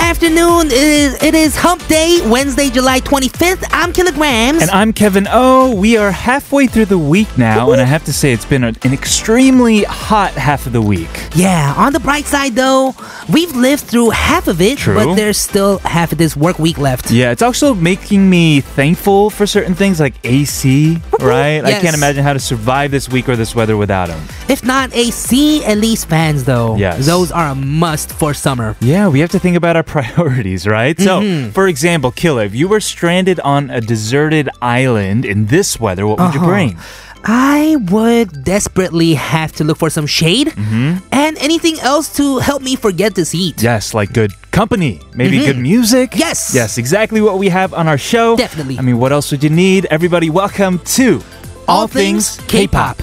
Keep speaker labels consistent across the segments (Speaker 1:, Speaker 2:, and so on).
Speaker 1: afternoon. It is, it is Hump Day, Wednesday, July 25th. I'm Kilograms.
Speaker 2: And I'm Kevin O. We are halfway through the week now, and I have to say it's been an extremely hot half of the week.
Speaker 1: yeah, on the bright side though, we've lived through half of it,
Speaker 2: True.
Speaker 1: but there's still half of this work week left.
Speaker 2: Yeah, it's also making me thankful for certain things like AC, right? I
Speaker 1: Yes.
Speaker 2: can't imagine how to survive this week or this weather without him.
Speaker 1: If not AC, at least fans though.
Speaker 2: Yes.
Speaker 1: Those are a must for summer.
Speaker 2: Yeah, we have to think about our priorities, right? So, for example, Killer, if you were stranded on a deserted island in this weather, what would you bring?
Speaker 1: I would desperately have to look for some shade
Speaker 2: Mm-hmm.
Speaker 1: and anything else to help me forget this heat.
Speaker 2: Yes, like good company, maybe good music.
Speaker 1: Mm-hmm. Yes.
Speaker 2: Yes, exactly what we have on our show.
Speaker 1: Definitely.
Speaker 2: I mean, what else would you need? Everybody, welcome to
Speaker 1: All Things K-Pop.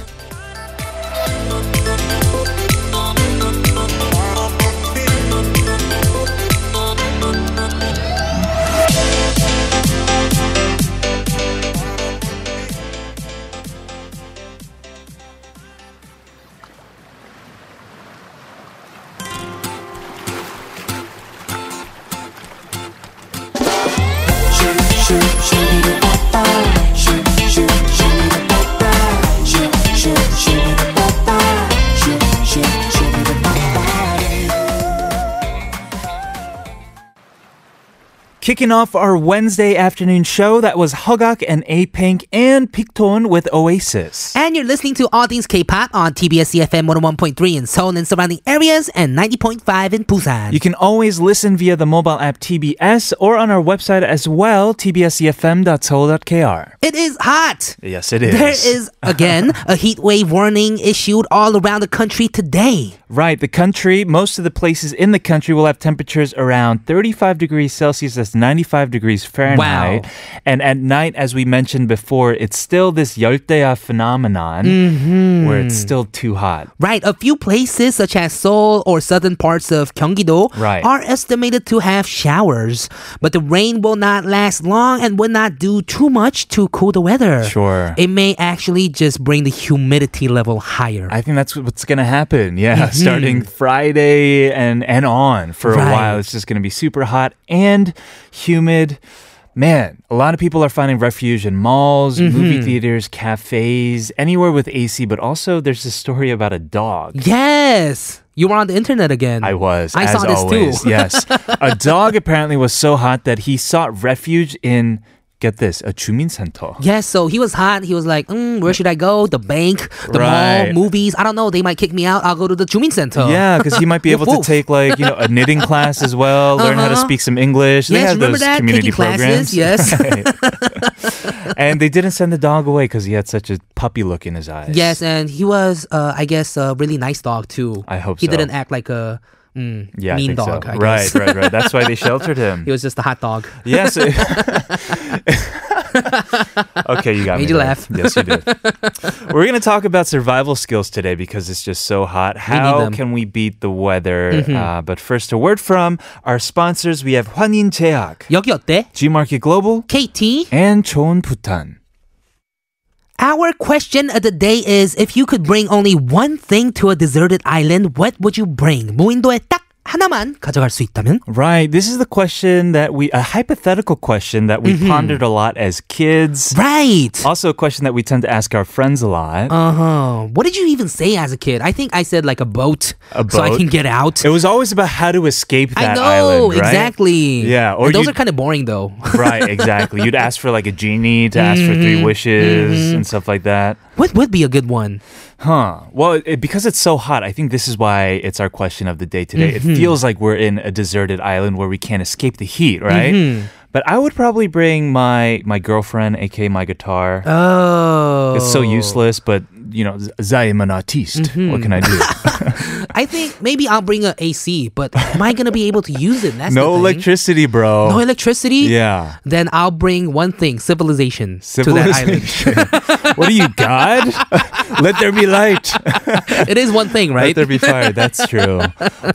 Speaker 2: Kicking off our Wednesday afternoon show, that was Hugak and A Pink and Picton with Oasis.
Speaker 1: And you're listening to All Things K-Pop on TBS EFM 101.3 in Seoul and surrounding areas and 90.5 in Busan.
Speaker 2: You can always listen via the mobile app TBS or on our website as well, E tbsefm.seoul.kr.
Speaker 1: it is hot.
Speaker 2: Yes, it is.
Speaker 1: There is, again, a heat wave warning issued all around the country today.
Speaker 2: Right, the country, most of the places in the country will have temperatures around 35 degrees Celsius, that's 95 degrees Fahrenheit.
Speaker 1: Wow.
Speaker 2: And at night, as we mentioned before, it's still this 열대야 phenomenon where it's still too hot.
Speaker 1: Right, a few places such as Seoul or southern parts of Gyeonggi-do
Speaker 2: Right.
Speaker 1: are estimated to have showers, but the rain will not last long and will not do too much to cool the weather.
Speaker 2: Sure.
Speaker 1: It may actually just bring the humidity level higher.
Speaker 2: I think that's what's going to happen. Yeah, starting Friday and and on for a
Speaker 1: Mm-hmm. Right.
Speaker 2: while. It's just going to be super hot and humid. Man, a lot of people are finding refuge in malls,
Speaker 1: Mm-hmm.
Speaker 2: movie theaters, cafes, anywhere with AC, but also there's this story about a dog.
Speaker 1: yes, you were on the internet again.
Speaker 2: I was.
Speaker 1: I
Speaker 2: as
Speaker 1: saw this
Speaker 2: always.
Speaker 1: too.
Speaker 2: yes. A dog apparently was so hot that he sought refuge in, get this, a 주민 center.
Speaker 1: Yes, so he was hot. He was like, mm, where should I go? The bank, the
Speaker 2: Right.
Speaker 1: mall, movies. I don't know. They might kick me out. I'll go to the Jumin Center.
Speaker 2: Yeah, because he might be able to
Speaker 1: Oh. Woof, woof.
Speaker 2: take like you know a knitting class as well, learn how to
Speaker 1: Uh-huh.
Speaker 2: speak some English. they
Speaker 1: Yes,
Speaker 2: have
Speaker 1: remember
Speaker 2: those
Speaker 1: that?
Speaker 2: community
Speaker 1: Taking classes, yes.
Speaker 2: programs. Right. and they didn't send the dog away because he had such a puppy look in his eyes.
Speaker 1: Yes, and he was, uh, I guess, a really nice dog too.
Speaker 2: I hope
Speaker 1: he
Speaker 2: so.
Speaker 1: didn't act like a mm,
Speaker 2: yeah, I
Speaker 1: mean
Speaker 2: think so.
Speaker 1: dog. I
Speaker 2: right,
Speaker 1: guess.
Speaker 2: right, right. That's why they sheltered him.
Speaker 1: he was just a hot dog.
Speaker 2: Yes. okay, you got
Speaker 1: Made
Speaker 2: me.
Speaker 1: you
Speaker 2: there.
Speaker 1: laugh.
Speaker 2: Yes, you did. We're going to talk about survival skills today because it's just so hot. How
Speaker 1: them. Mm-hmm.
Speaker 2: can we beat the weather? Uh, but first, a word from our sponsors. We have 환인 제약,
Speaker 1: 여기 어때?
Speaker 2: G Market Global,
Speaker 1: KT,
Speaker 2: and 좋은 부탄.
Speaker 1: our question of the day is if you could bring only one thing to a deserted island, what would you bring? 무인도에 딱 하나만 가져갈 수 있다면?
Speaker 2: Right. This is the question that we, a hypothetical question that we pondered a lot as kids.
Speaker 1: Mm-hmm. Right.
Speaker 2: Also, a question that we tend to ask our friends a lot.
Speaker 1: Uh huh. What did you even say as a kid? I think I said like a boat,
Speaker 2: A
Speaker 1: so I
Speaker 2: boat?
Speaker 1: can get out.
Speaker 2: it was always about how to escape
Speaker 1: I
Speaker 2: that
Speaker 1: know
Speaker 2: island, right?
Speaker 1: exactly.
Speaker 2: Yeah, or
Speaker 1: And those
Speaker 2: you-
Speaker 1: are kind of boring though.
Speaker 2: right, exactly. You'd ask for like a genie to ask for
Speaker 1: Mm-hmm.
Speaker 2: three wishes and stuff like that.
Speaker 1: what would be a good one?
Speaker 2: Huh. Well, it, because it's so hot, I think this is why it's our question of the day today.
Speaker 1: Mm-hmm.
Speaker 2: It feels like we're in a deserted island where we can't escape the heat, right?
Speaker 1: Mm-hmm.
Speaker 2: But I would probably bring my my girlfriend, aka my guitar.
Speaker 1: Oh, Mm-hmm.
Speaker 2: it's so useless, but you know, I am an artiste. What can I do?
Speaker 1: I think maybe I'll bring a AC, but am I gonna be able to use it? That's
Speaker 2: no
Speaker 1: the thing.
Speaker 2: electricity, bro.
Speaker 1: No electricity.
Speaker 2: yeah.
Speaker 1: Then I'll bring one thing: civilization, to that island.
Speaker 2: Civilization. what are you, God? Let there be light.
Speaker 1: It is one thing, right?
Speaker 2: Let there be fire. That's true.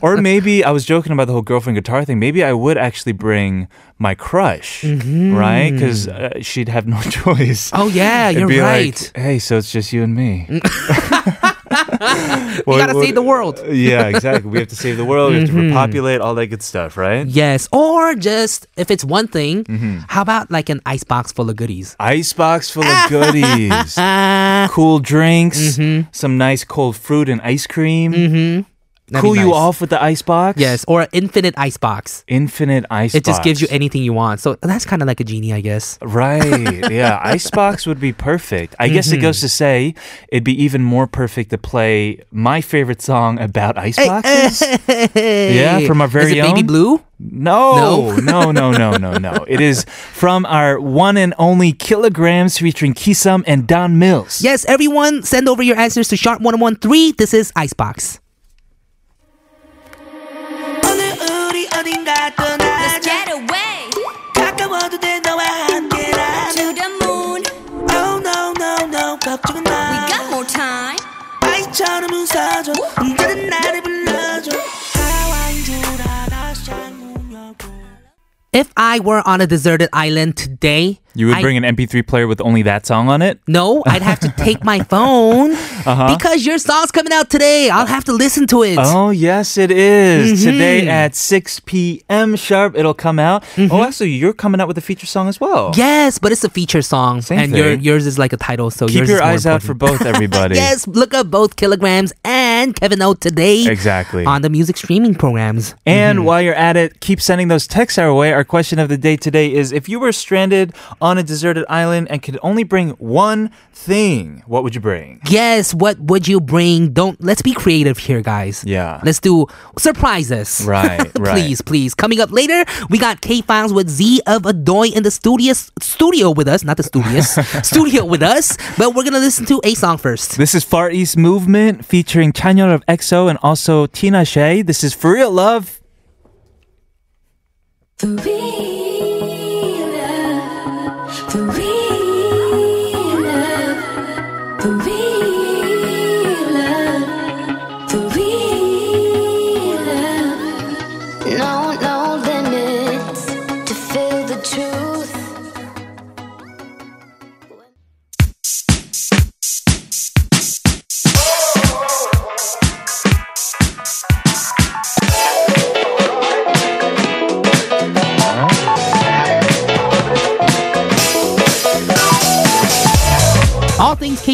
Speaker 2: or maybe I was joking about the whole girlfriend guitar thing. Maybe I would actually bring my crush, right? Because uh, she'd have no choice.
Speaker 1: Mm-hmm. oh yeah,
Speaker 2: It'd
Speaker 1: you're
Speaker 2: be
Speaker 1: right.
Speaker 2: Like, hey, so it's just you and me.
Speaker 1: we
Speaker 2: What-
Speaker 1: gotta
Speaker 2: what-
Speaker 1: save the world. Mm-hmm.
Speaker 2: yeah, exactly. We have to save the world. We have to repopulate all that good stuff, right?
Speaker 1: Yes, or just if it's one thing,
Speaker 2: Mm-hmm.
Speaker 1: how about like an icebox full of goodies?
Speaker 2: Icebox full of goodies, cool drinks,
Speaker 1: Mm-hmm.
Speaker 2: some nice cold fruit and ice cream.
Speaker 1: That'd be
Speaker 2: Cool you
Speaker 1: nice.
Speaker 2: off with the icebox.
Speaker 1: Yes, or an infinite icebox.
Speaker 2: Infinite icebox.
Speaker 1: It just gives you anything you want. So that's kind of like a genie, I guess.
Speaker 2: Right. Yeah. Icebox would be perfect. I guess it goes
Speaker 1: Mm-hmm.
Speaker 2: to say it'd be even more perfect to play my favorite song about iceboxes. Yeah, from our very
Speaker 1: Is it Baby
Speaker 2: own?
Speaker 1: Blue?
Speaker 2: No, no, no, no, no, no. It is from our one and only Kilograms featuring Kisum and Don Mills.
Speaker 1: Yes, everyone, send over your answers to sharp1013. This is Icebox.
Speaker 3: 오늘 우리 어딘가
Speaker 4: Let's
Speaker 3: 떠나자
Speaker 4: get away
Speaker 3: 가까워도 돼 너와 함께라면
Speaker 4: to the moon.
Speaker 3: Oh no no no 걱정은
Speaker 4: We
Speaker 3: 마
Speaker 4: got more time.
Speaker 3: 아이처럼 웃어줘 언제든 나를 불러줘 하와인 줄 알아 샹문 열고
Speaker 1: If I were on a deserted island today,
Speaker 2: You would
Speaker 1: I-
Speaker 2: bring an MP3 player with only that song on it?
Speaker 1: No, I'd have to take my phone because your song's coming out today. I'll have to listen to it.
Speaker 2: Uh-huh. Oh, yes, it is.
Speaker 1: Mm-hmm.
Speaker 2: Today at 6 p.m. sharp, it'll come out.
Speaker 1: Mm-hmm.
Speaker 2: Oh, actually, you're coming out with a feature song as well.
Speaker 1: Yes, but it's a feature song,
Speaker 2: Same
Speaker 1: and your,
Speaker 2: thing.
Speaker 1: yours is like a title. So
Speaker 2: Keep
Speaker 1: yours
Speaker 2: your
Speaker 1: is more
Speaker 2: eyes out for
Speaker 1: important.
Speaker 2: both, everybody.
Speaker 1: Yes, look up both Kilograms and Kevin O today.
Speaker 2: Exactly.
Speaker 1: On the music streaming programs.
Speaker 2: And while you're at it, keep sending those texts our way. Our question of the day today is if you were stranded on a deserted island and could only bring one thing, what would you bring?
Speaker 1: Yes, what would you bring? Don't let's be creative here, guys.
Speaker 2: Yeah.
Speaker 1: Let's do surprises.
Speaker 2: Right, right.
Speaker 1: please, please. Coming up later, we got K Files with Z of Adoy in the studio studio with us. Not the studios. studio with us. But we're gonna listen to a song first.
Speaker 2: This is Far East Movement featuring Chanyeol of EXO and also Tina Shea. This is For Real Love.
Speaker 4: For real love. For real love. For real love. For real love. No, no limits to feel the truth.
Speaker 1: All things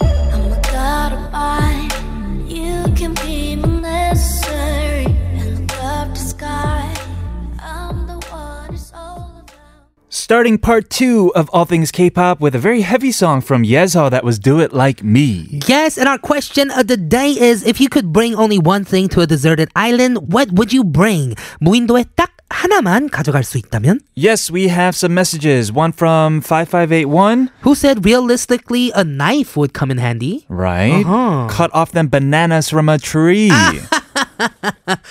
Speaker 4: I'm a god of mine. You can be my necessary and look up the sky. I'm the one it's all about.
Speaker 2: Starting part two of All Things K-Pop with a very heavy song from Yezhao that was Do It Like Me.
Speaker 1: Yes, and our question of the day is if you could bring only one thing to a deserted island, what would you bring? 무인도에 딱 하나만 가져갈 수 있다면?
Speaker 2: Yes, we have some messages. One from 5581.
Speaker 1: Who said realistically a knife would come in handy?
Speaker 2: Right.
Speaker 1: Uh-huh.
Speaker 2: Cut off them bananas from a tree.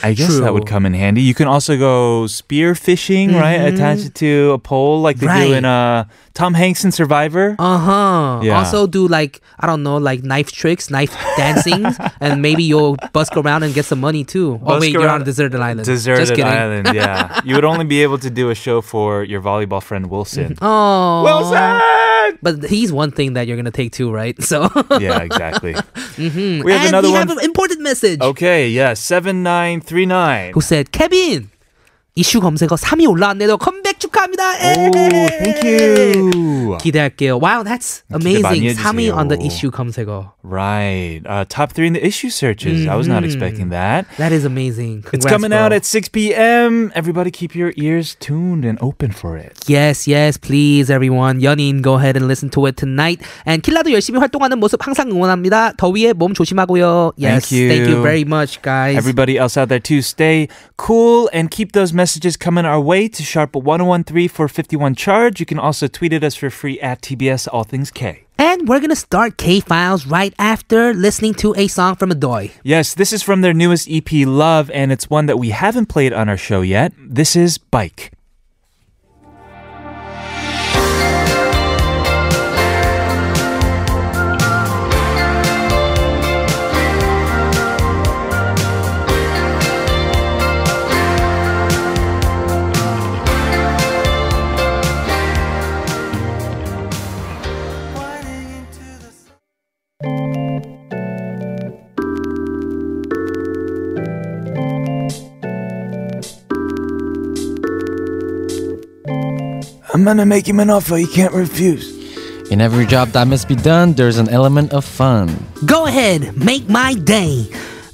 Speaker 2: I guess that would
Speaker 1: True.
Speaker 2: come in handy. You can also go spear fishing, right? Attach it to a pole like they do
Speaker 1: Mm-hmm. Right.
Speaker 2: in uh, Tom Hanks in Survivor.
Speaker 1: Uh huh.
Speaker 2: Yeah.
Speaker 1: Also, do like, I don't know, like knife tricks, knife dancing, and maybe you'll busk around and get some money too. oh,
Speaker 2: Busk
Speaker 1: wait, you're on
Speaker 2: around-
Speaker 1: a deserted island. Just
Speaker 2: Deserted
Speaker 1: kidding.
Speaker 2: island, yeah. you would only be able to do a show for your volleyball friend Wilson.
Speaker 1: Oh.
Speaker 2: Wilson!
Speaker 1: But he's one thing that you're going to take too, right? So.
Speaker 2: yeah, exactly. We have
Speaker 1: Mm-hmm. and
Speaker 2: another
Speaker 1: we
Speaker 2: one.
Speaker 1: have an important message.
Speaker 2: okay, yeah, 7939.
Speaker 1: Who said, Kevin! 이슈 검색어 3위 올라왔네요. 컴백 축하합니다.
Speaker 2: Oh, thank you.
Speaker 1: 기대할게요. Wow, that's
Speaker 2: 기대 많이
Speaker 1: amazing. 3위 on the
Speaker 2: 해주세요.
Speaker 1: issue 검색어.
Speaker 2: Right. Uh, top three in the issue searches. I was not expecting that.
Speaker 1: That is amazing. Mm-hmm.
Speaker 2: It's
Speaker 1: Congrats,
Speaker 2: coming
Speaker 1: bro.
Speaker 2: out at 6 p.m. Everybody keep your ears tuned and open for it.
Speaker 1: Yes, yes, please everyone. 연인 go ahead and listen to it tonight. And 킬라도 열심히 활동하는 모습 항상 응원합니다. 더위에 몸 조심하고요. Yes,
Speaker 2: Thank you.
Speaker 1: thank you very much, guys.
Speaker 2: Everybody else out there too, stay cool and keep those messages coming our way to sharp 1013 for 51 charge. You can also tweet at us for free at TBS All Things K.
Speaker 1: And we're gonna start K Files right after listening to a song from Adoy.
Speaker 2: Yes, this is from their newest EP, Love, and it's one that we haven't played on our show yet. This is Bike. I'm gonna make him an offer he can't refuse.
Speaker 5: In every job that must be done, there's an element of fun.
Speaker 1: Go ahead, make my day.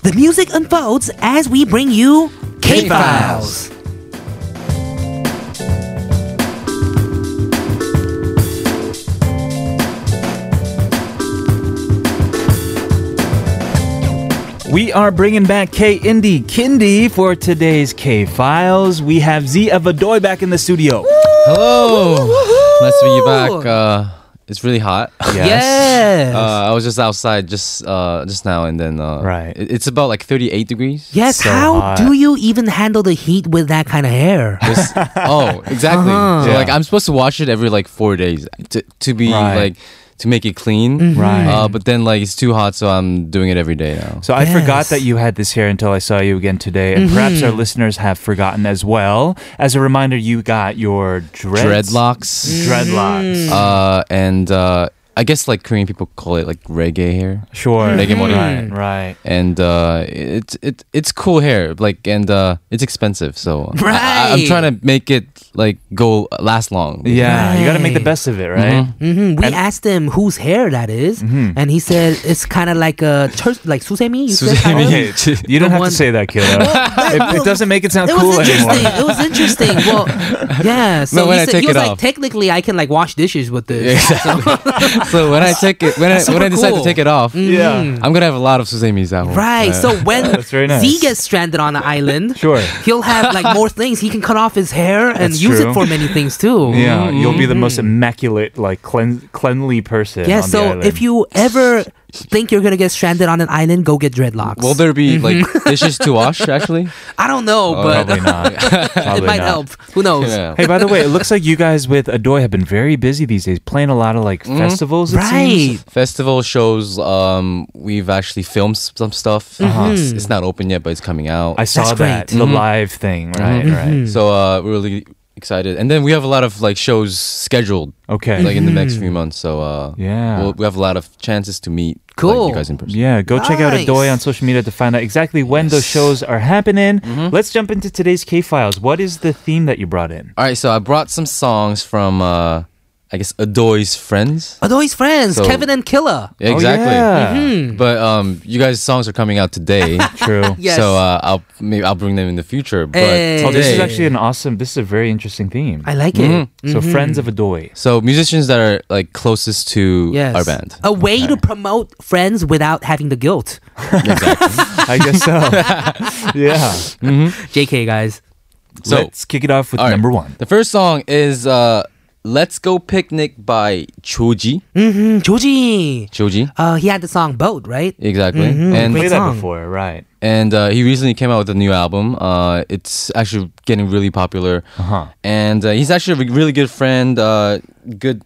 Speaker 1: The music unfolds as we bring you K Files.
Speaker 2: We are bringing back K Indie Kindy for today's K Files. We have Z of Adoy back in the studio.
Speaker 5: Hello! Nice to be back. Uh, it's really hot.
Speaker 1: Yes.
Speaker 5: Uh, I was just outside just uh, just now, and then uh,
Speaker 2: Right.
Speaker 5: it- it's about like 38 degrees.
Speaker 1: yes,
Speaker 2: so
Speaker 1: how
Speaker 2: hot.
Speaker 1: do you even handle the heat with that kind of hair?
Speaker 5: Just- oh, exactly. So
Speaker 2: Uh-huh. Yeah.
Speaker 5: like I'm supposed to wash it every like four days to to be
Speaker 2: Right. Mm-hmm.
Speaker 5: like to make it clean.
Speaker 2: Right.
Speaker 5: Uh, but then like it's too hot, so I'm doing it every day now.
Speaker 2: So I
Speaker 1: Yes.
Speaker 2: forgot
Speaker 1: Mm-hmm.
Speaker 2: that you had this hair until I saw you again today, and perhaps our listeners have forgotten as well. As a reminder, you got your dreads, Mm.
Speaker 5: Dreadlocks.
Speaker 1: Mm.
Speaker 2: dreadlocks.
Speaker 5: Uh, and uh, I guess like Korean people call it like reggae hair.
Speaker 2: Sure,
Speaker 5: Reggae money.
Speaker 2: right, right.
Speaker 5: and uh, it's it, it's cool hair, like, and uh, it's expensive. So I- I,
Speaker 1: Right.
Speaker 5: am trying to make it like go uh, last long.
Speaker 2: Yeah, you got to make the best of it, right? Mm-hmm.
Speaker 1: hmm We
Speaker 2: And- Mm-hmm.
Speaker 1: asked him whose hair that is, and he said it's kind of like a church, like susemi. You said Tyler?
Speaker 5: Susemi. Yeah.
Speaker 2: Hey, you don't
Speaker 1: Mm-hmm. The
Speaker 2: have
Speaker 1: one-
Speaker 2: to say that, kiddo. it, it doesn't make it
Speaker 1: It
Speaker 2: sound cool
Speaker 1: was interesting.
Speaker 2: anymore.
Speaker 1: it was interesting. Well, yeah. So
Speaker 5: when
Speaker 1: he,
Speaker 5: I
Speaker 1: said,
Speaker 5: take
Speaker 1: he was
Speaker 5: it
Speaker 1: like,
Speaker 5: off.
Speaker 1: technically, I can like wash dishes with this.
Speaker 5: so when I take it, when I when I
Speaker 1: super
Speaker 5: decide
Speaker 1: cool.
Speaker 5: to take it off,
Speaker 1: Mm-hmm.
Speaker 2: Yeah,
Speaker 5: I'm gonna have a lot of suzemis at home.
Speaker 1: Right.
Speaker 5: Uh,
Speaker 1: So when
Speaker 2: That's very nice.
Speaker 1: Z gets stranded on an island,
Speaker 2: Sure.
Speaker 1: he'll have like more things. He can cut off his hair and
Speaker 2: That's
Speaker 1: use it
Speaker 2: true.
Speaker 1: for many things too.
Speaker 2: yeah. You'll be the most immaculate, like clean, cleanly person.
Speaker 1: Mm-hmm. Yeah.
Speaker 2: on the
Speaker 1: So
Speaker 2: island.
Speaker 1: if you ever think you're gonna get stranded on an island, go get dreadlocks.
Speaker 5: will there be like
Speaker 1: Mm-hmm.
Speaker 5: dishes to wash? Actually,
Speaker 1: I don't know, but
Speaker 2: probably not.
Speaker 1: it
Speaker 2: Oh, Probably
Speaker 1: might
Speaker 2: not.
Speaker 1: help. Who knows?
Speaker 5: yeah.
Speaker 2: Hey, by the way, it looks like you guys with Adoy have been very busy these days, playing a lot of like festivals. It
Speaker 1: Mm-hmm. Right.
Speaker 2: seems.
Speaker 5: Festival shows. Um, we've actually filmed some stuff. It's, it's not open yet, but it's coming out.
Speaker 2: I saw
Speaker 1: Mm-hmm. That's
Speaker 2: that
Speaker 1: great. Mm-hmm.
Speaker 2: the live thing. Right, right.
Speaker 5: so uh, we're really excited, and then we have a lot of like shows scheduled
Speaker 2: Okay.
Speaker 5: like in the next few months. So uh,
Speaker 2: Mm-hmm. Yeah.
Speaker 5: we'll, we have a lot of chances to meet like,
Speaker 1: Cool.
Speaker 5: you guys in person.
Speaker 2: yeah, go check out
Speaker 1: Nice.
Speaker 2: Adoy on social media to find out exactly when those shows are happening.
Speaker 1: Mm-hmm.
Speaker 2: Let's jump into today's K files. What is the theme that you brought in?
Speaker 5: All right, so I brought some songs from uh, I guess Adoy's friends.
Speaker 1: Although his friends,
Speaker 5: So-
Speaker 1: Kevin and Killa.
Speaker 5: Yeah,
Speaker 2: Oh,
Speaker 5: exactly.
Speaker 2: yeah.
Speaker 1: Mm-hmm.
Speaker 5: But um, you guys' songs are coming out today.
Speaker 2: True.
Speaker 1: Yes.
Speaker 5: So uh, I'll maybe I'll bring them in the future. But
Speaker 1: Hey.
Speaker 5: today,
Speaker 2: Oh, this is actually an awesome. This is a very interesting theme.
Speaker 1: I like
Speaker 5: Mm.
Speaker 1: it. Mm-hmm.
Speaker 2: So, friends of Adoy.
Speaker 5: so musicians that are like closest to
Speaker 1: Yes.
Speaker 5: our band.
Speaker 1: A
Speaker 2: Oh,
Speaker 1: way to promote friends without having the guilt.
Speaker 2: I guess so. yeah.
Speaker 1: JK, guys.
Speaker 5: So-
Speaker 2: let's kick it off with
Speaker 5: All right.
Speaker 2: number one.
Speaker 5: The first song is uh, "Let's Go Picnic" by Choji.
Speaker 2: Mm-hmm.
Speaker 1: Mm, Joji.
Speaker 5: Choji,
Speaker 1: Uh, he had the song Boat, right?
Speaker 5: exactly. And
Speaker 2: Play that
Speaker 1: song.
Speaker 2: before, right?
Speaker 5: and uh, he recently came out with a new album. Uh, it's actually getting really popular,
Speaker 2: Uh-huh.
Speaker 5: and uh, he's actually a re- really good friend, uh, good,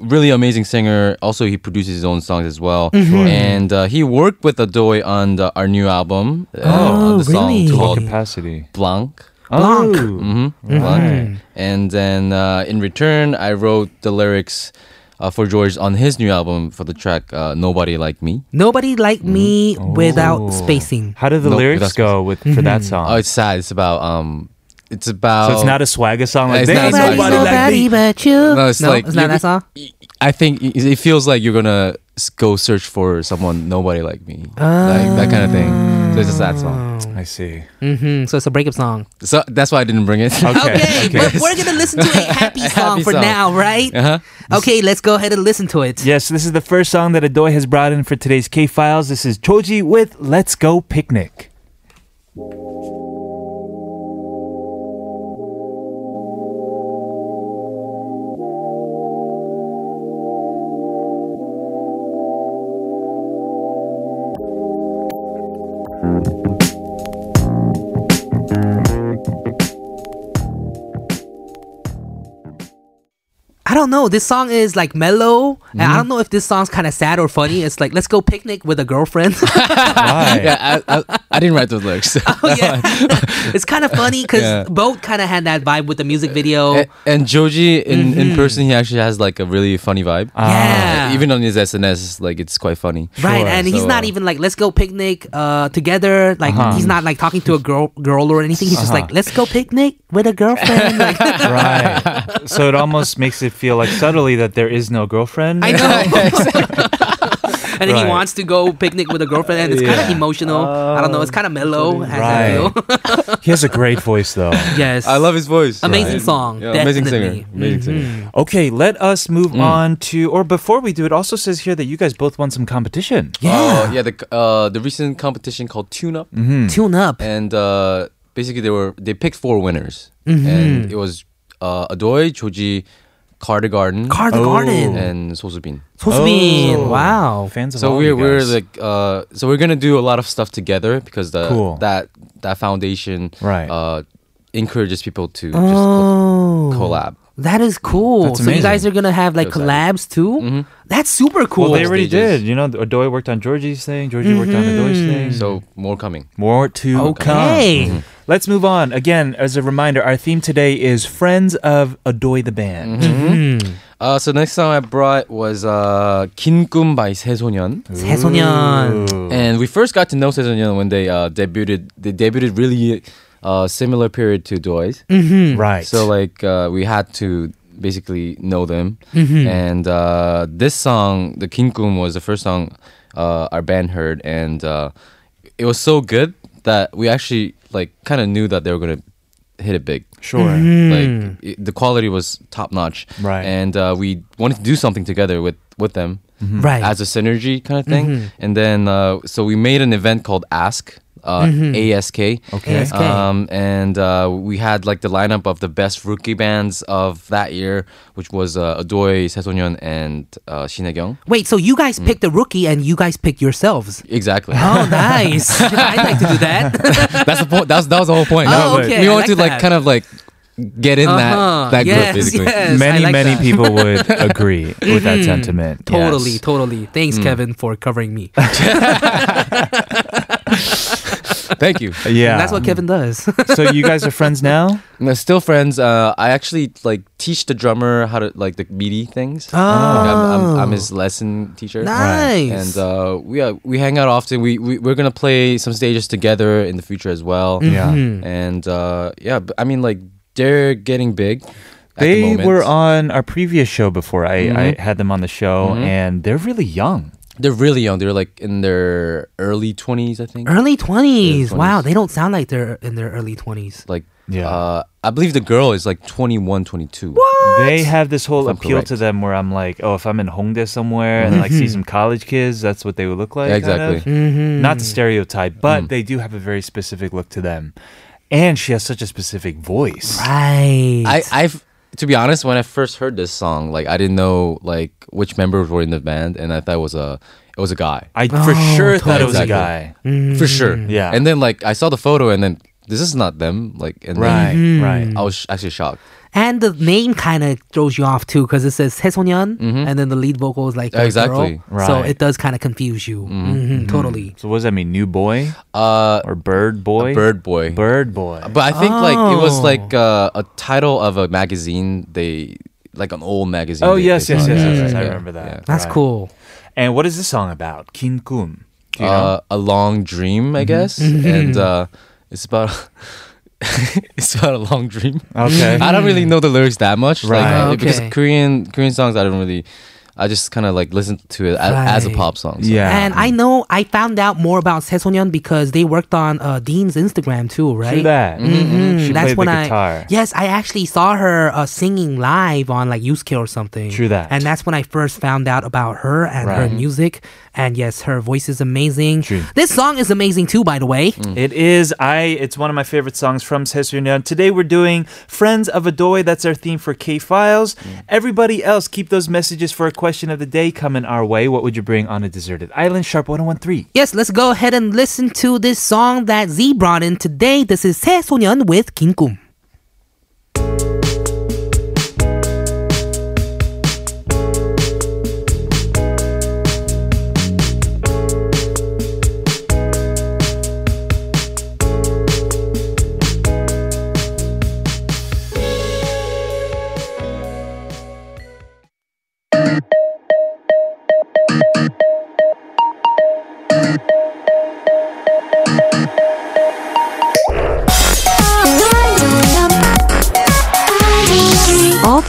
Speaker 5: really amazing singer. Also, he produces his own songs as well,
Speaker 1: Mm-hmm.
Speaker 5: and uh, he worked with Adoy on the, our new album. uh,
Speaker 1: Oh,
Speaker 5: on the song
Speaker 1: really?
Speaker 2: Full
Speaker 5: called
Speaker 2: capacity.
Speaker 5: Blanc.
Speaker 1: Blanc.
Speaker 2: Oh.
Speaker 5: Mm-hmm. And then uh, in return, I wrote the lyrics. Uh, for George on his new album for the track uh, "Nobody Like Me,"
Speaker 1: Nobody like
Speaker 5: Mm.
Speaker 1: me
Speaker 5: Oh.
Speaker 1: without
Speaker 2: Ooh.
Speaker 1: spacing. Mm-hmm.
Speaker 2: How did the
Speaker 5: Nope,
Speaker 2: lyrics
Speaker 5: that's-
Speaker 2: go with for that song?
Speaker 5: oh, it's sad. It's about um, it's about
Speaker 2: so it's not a swagger song like
Speaker 5: It's not
Speaker 2: that.
Speaker 5: a
Speaker 1: Nobody,
Speaker 5: swagger Nobody
Speaker 1: nobody
Speaker 5: like
Speaker 1: but you.
Speaker 5: No, it's like
Speaker 1: not
Speaker 5: you-
Speaker 1: that song.
Speaker 5: I think it it feels like you're gonna s- go search for someone nobody like me, like that kind of thing. So it's just that song.
Speaker 2: I see.
Speaker 1: Mm, so it's a breakup song.
Speaker 5: So that's why I didn't bring it.
Speaker 2: Okay,
Speaker 1: Okay,
Speaker 2: okay.
Speaker 1: but we're gonna listen to a happy song
Speaker 5: happy
Speaker 1: for
Speaker 5: song.
Speaker 1: now, right?
Speaker 5: Uh-huh.
Speaker 1: Okay, let's go ahead and listen to it.
Speaker 2: Yes, this is the first song that Adoy has brought in for today's K Files. This is Choji with Let's Go Picnic.
Speaker 1: I don't know. This song is like mellow. And
Speaker 5: Mm-hmm.
Speaker 1: I don't know if this song's kind of sad or funny. It's like, let's go picnic with a girlfriend.
Speaker 2: Why?
Speaker 5: Yeah, I, I, I didn't write those lyrics.
Speaker 1: Oh, yeah. it's kind of funny because
Speaker 5: Yeah.
Speaker 1: both kind of had that vibe with the music video.
Speaker 2: Eh,
Speaker 5: A- and Joji in, in person, he actually has like a really funny vibe.
Speaker 1: yeah.
Speaker 5: Even on his SNS, like it's quite funny.
Speaker 1: Right,
Speaker 2: Sure. Uh-huh.
Speaker 1: and he's
Speaker 5: So,
Speaker 1: not
Speaker 5: uh,
Speaker 1: even like let's go picnic uh, together. Like he's not like talking to a girl, girl or anything. He's just like let's go picnic with a girlfriend. Like,
Speaker 2: right. So it almost makes it feel like subtly that there is no girlfriend.
Speaker 1: I know. and then he
Speaker 2: Right.
Speaker 1: wants to go picnic with a girlfriend, and it's kind of
Speaker 2: Yeah.
Speaker 1: emotional. I don't know. It's kind of mellow. has that
Speaker 2: Right.
Speaker 1: feel.
Speaker 2: He has a great voice though.
Speaker 1: yes,
Speaker 5: I love his voice.
Speaker 1: Amazing
Speaker 5: Right.
Speaker 1: song,
Speaker 5: Yeah, amazing
Speaker 1: definitely. Mm-hmm.
Speaker 5: singer. Amazing singer.
Speaker 2: Okay, let us move
Speaker 1: Mm.
Speaker 2: on to or before we do it also says here that you guys both won some competition.
Speaker 1: Yeah.
Speaker 5: Uh, yeah. The uh, the recent competition called Tune Up,
Speaker 1: Tune up.
Speaker 2: Eh.
Speaker 5: and uh, basically they were they picked four winners, and it was uh, Adoy, Joji, Carter Garden,
Speaker 1: Car the
Speaker 2: Oh.
Speaker 1: garden.
Speaker 5: and Sosubin.
Speaker 1: Sosbin.
Speaker 2: Oh.
Speaker 1: Wow.
Speaker 2: Fans of
Speaker 5: So
Speaker 2: all
Speaker 5: we're
Speaker 2: you
Speaker 5: we're
Speaker 2: guys.
Speaker 5: like uh, so we're gonna do a lot of stuff together because the
Speaker 2: Cool.
Speaker 5: that that foundation
Speaker 2: Right.
Speaker 5: uh, encourages people to just co-
Speaker 1: Oh.
Speaker 5: collab.
Speaker 1: That is cool.
Speaker 2: That's
Speaker 1: so you guys
Speaker 2: amazing.
Speaker 1: are gonna have like
Speaker 5: So excited.
Speaker 1: collabs too. That's super cool.
Speaker 2: well, they already
Speaker 5: stages.
Speaker 2: did. You know, Adoy worked on Georgie's thing. Georgie worked
Speaker 1: Mm.
Speaker 2: on Adoy's thing.
Speaker 5: So more coming.
Speaker 2: More to
Speaker 1: Okay.
Speaker 2: come. Mm-hmm. Let's move on. Again, as a reminder, our theme today is Friends of Adoy the
Speaker 1: Mm-hmm.
Speaker 2: Band.
Speaker 5: Uh, so next song I brought was uh, Kin Kum by 세소년,
Speaker 1: 새소년.
Speaker 5: and we first got to know 세소년 when they uh, debuted. They debuted really uh, similar period to Doy's.
Speaker 2: Mm. Mm-hmm. Right.
Speaker 5: So like uh, we had to basically know them,
Speaker 2: Mm-hmm.
Speaker 5: and uh, this song, the Kinkum, was the first song uh, our band heard, and uh, it was so good that we actually like kind of knew that they were gonna hit it big.
Speaker 2: sure.
Speaker 1: Mm-hmm.
Speaker 2: Mm.
Speaker 5: Like it, the quality was top notch,
Speaker 2: Right.
Speaker 5: And uh, we wanted to do something together with with them
Speaker 2: Mm-hmm.
Speaker 1: Right.
Speaker 5: as a synergy kind of thing.
Speaker 1: Mm-hmm.
Speaker 5: And then uh, so we made an event called Ask. Uh,
Speaker 1: Mm-hmm.
Speaker 5: ASK.
Speaker 2: Okay.
Speaker 1: ASK.
Speaker 5: Um, and uh, we had like the lineup of the best rookie bands of that year, which was uh, Adoy, Setonyeon, and uh, Shinhaekyung.
Speaker 1: Wait, so you guys picked a rookie and you guys picked yourselves.
Speaker 5: Exactly.
Speaker 1: Oh, nice. I'd like to do that.
Speaker 5: That's the point. That was, that was the whole point.
Speaker 1: Oh, okay.
Speaker 5: We
Speaker 1: I
Speaker 5: wanted to
Speaker 1: like that.
Speaker 5: like kind of like get in
Speaker 1: Uh-huh.
Speaker 5: that that
Speaker 1: yes,
Speaker 5: group basically.
Speaker 1: Yes, I
Speaker 2: many,
Speaker 1: like
Speaker 2: many
Speaker 1: that. Mm-hmm.
Speaker 2: people would agree with that sentiment.
Speaker 1: Totally,
Speaker 2: Yes.
Speaker 1: totally. Thanks, Kevin, for covering me.
Speaker 5: Thank you.
Speaker 2: Yeah.
Speaker 1: That's what Kevin does.
Speaker 2: so you guys are friends now?
Speaker 5: No, still friends. Uh, I actually like teach the drummer how to like the MIDI things. Oh. I'm, I'm, I'm his lesson teacher.
Speaker 1: Ah. nice.
Speaker 5: And uh, we uh, we hang out often. We, we we're gonna play some stages together in the future as well.
Speaker 2: Mm-hmm.
Speaker 1: Mm-hmm.
Speaker 2: Yeah.
Speaker 5: And uh, yeah, but, I mean like they're getting big. at the
Speaker 2: They
Speaker 5: moment. Mm-hmm.
Speaker 2: were on our previous show before I, I had them on the show, and they're really young.
Speaker 5: They're really young. They're like in their early twenties, I think.
Speaker 1: early 20s.
Speaker 5: Yeah, 20s.
Speaker 1: Wow, they don't sound like they're in their early 20s.
Speaker 5: Like
Speaker 2: Yeah.
Speaker 5: uh, I believe the girl is like 21, 22.
Speaker 2: They have this whole
Speaker 5: If I'm
Speaker 2: appeal to
Speaker 5: correct.
Speaker 2: them where I'm like, oh, if I'm in Hongdae somewhere and like see some college kids, that's what they would look like.
Speaker 5: Yeah,
Speaker 2: kind of.
Speaker 5: Mm-hmm. exactly.
Speaker 1: Mm-hmm.
Speaker 5: Mm.
Speaker 2: Not to stereotype, but they do have a very specific look to them. And she has such a specific voice.
Speaker 1: Right.
Speaker 5: I I've to be honest, when I first heard this song, like I didn't know like which members were in the band, and I thought it was a it was a guy
Speaker 2: I for
Speaker 1: Oh,
Speaker 2: sure thought it was a
Speaker 5: totally.
Speaker 2: guy.
Speaker 5: for sure.
Speaker 2: Yeah.
Speaker 5: And then like I saw the photo, and then this is not them. Like and then
Speaker 2: Right,
Speaker 1: Mm-hmm.
Speaker 2: right.
Speaker 5: I was sh- actually shocked.
Speaker 1: and the name kind of throws you off too because it says 새소년 and then the lead vocal is like a
Speaker 5: Exactly.
Speaker 1: girl. So
Speaker 2: Right.
Speaker 1: it does kind of confuse you. Mhm, Totally.
Speaker 2: So what does that mean? New boy
Speaker 5: Uh,
Speaker 2: or bird boy?
Speaker 5: Bird Boy.
Speaker 2: Bird boy.
Speaker 5: but I think like it was
Speaker 1: Oh.
Speaker 5: like uh, a title of a magazine. They like an old magazine.
Speaker 2: oh
Speaker 5: they-
Speaker 2: yes,
Speaker 5: they
Speaker 2: yes, yes,
Speaker 5: saw.
Speaker 2: yes,
Speaker 5: Yeah,
Speaker 2: yes,
Speaker 5: yeah,
Speaker 2: I
Speaker 5: yeah,
Speaker 2: remember that.
Speaker 5: yeah.
Speaker 1: That's
Speaker 2: Right.
Speaker 1: cool.
Speaker 2: And what is this song about? Kin Kum. Do you know? Mm-hmm.
Speaker 5: Uh, a long dream, I guess, and uh, it's about it's about a long dream.
Speaker 2: Okay.
Speaker 1: Mm-hmm.
Speaker 5: I don't really know the lyrics that much, like,
Speaker 2: Right.
Speaker 5: uh, because
Speaker 1: Okay.
Speaker 5: Korean Korean songs I don't really. I just kind of like listen to it a- as, a
Speaker 1: Right.
Speaker 5: pop song. so-
Speaker 2: Yeah.
Speaker 1: And I know I found out more about 새소년 because they worked on uh, Dean's Instagram too, right?
Speaker 2: True that.
Speaker 1: Mhm,
Speaker 2: Mm-hmm. She
Speaker 1: That's
Speaker 2: played
Speaker 1: when
Speaker 2: the
Speaker 1: I
Speaker 2: guitar.
Speaker 1: yes, I actually saw her uh, singing live on like Yusuke or something.
Speaker 2: True that.
Speaker 1: And that's when I first found out about her and her
Speaker 2: Right. Mm.
Speaker 1: music. And yes, her voice is amazing.
Speaker 2: True. Mm.
Speaker 1: This song is amazing too, by the way.
Speaker 2: Mm-hmm. It is. I. It's one of my favorite songs from Sesunyeon. Today we're doing Friends of Adoy. That's our theme for K Files.
Speaker 1: Mm.
Speaker 2: Everybody else, keep those messages for a question of the day coming our way. What would you bring on a deserted island? Sharp 1013.
Speaker 1: Yes, let's go ahead and listen to this song that Z brought in today. This is 새 소년 with 긴 꿈.
Speaker 6: All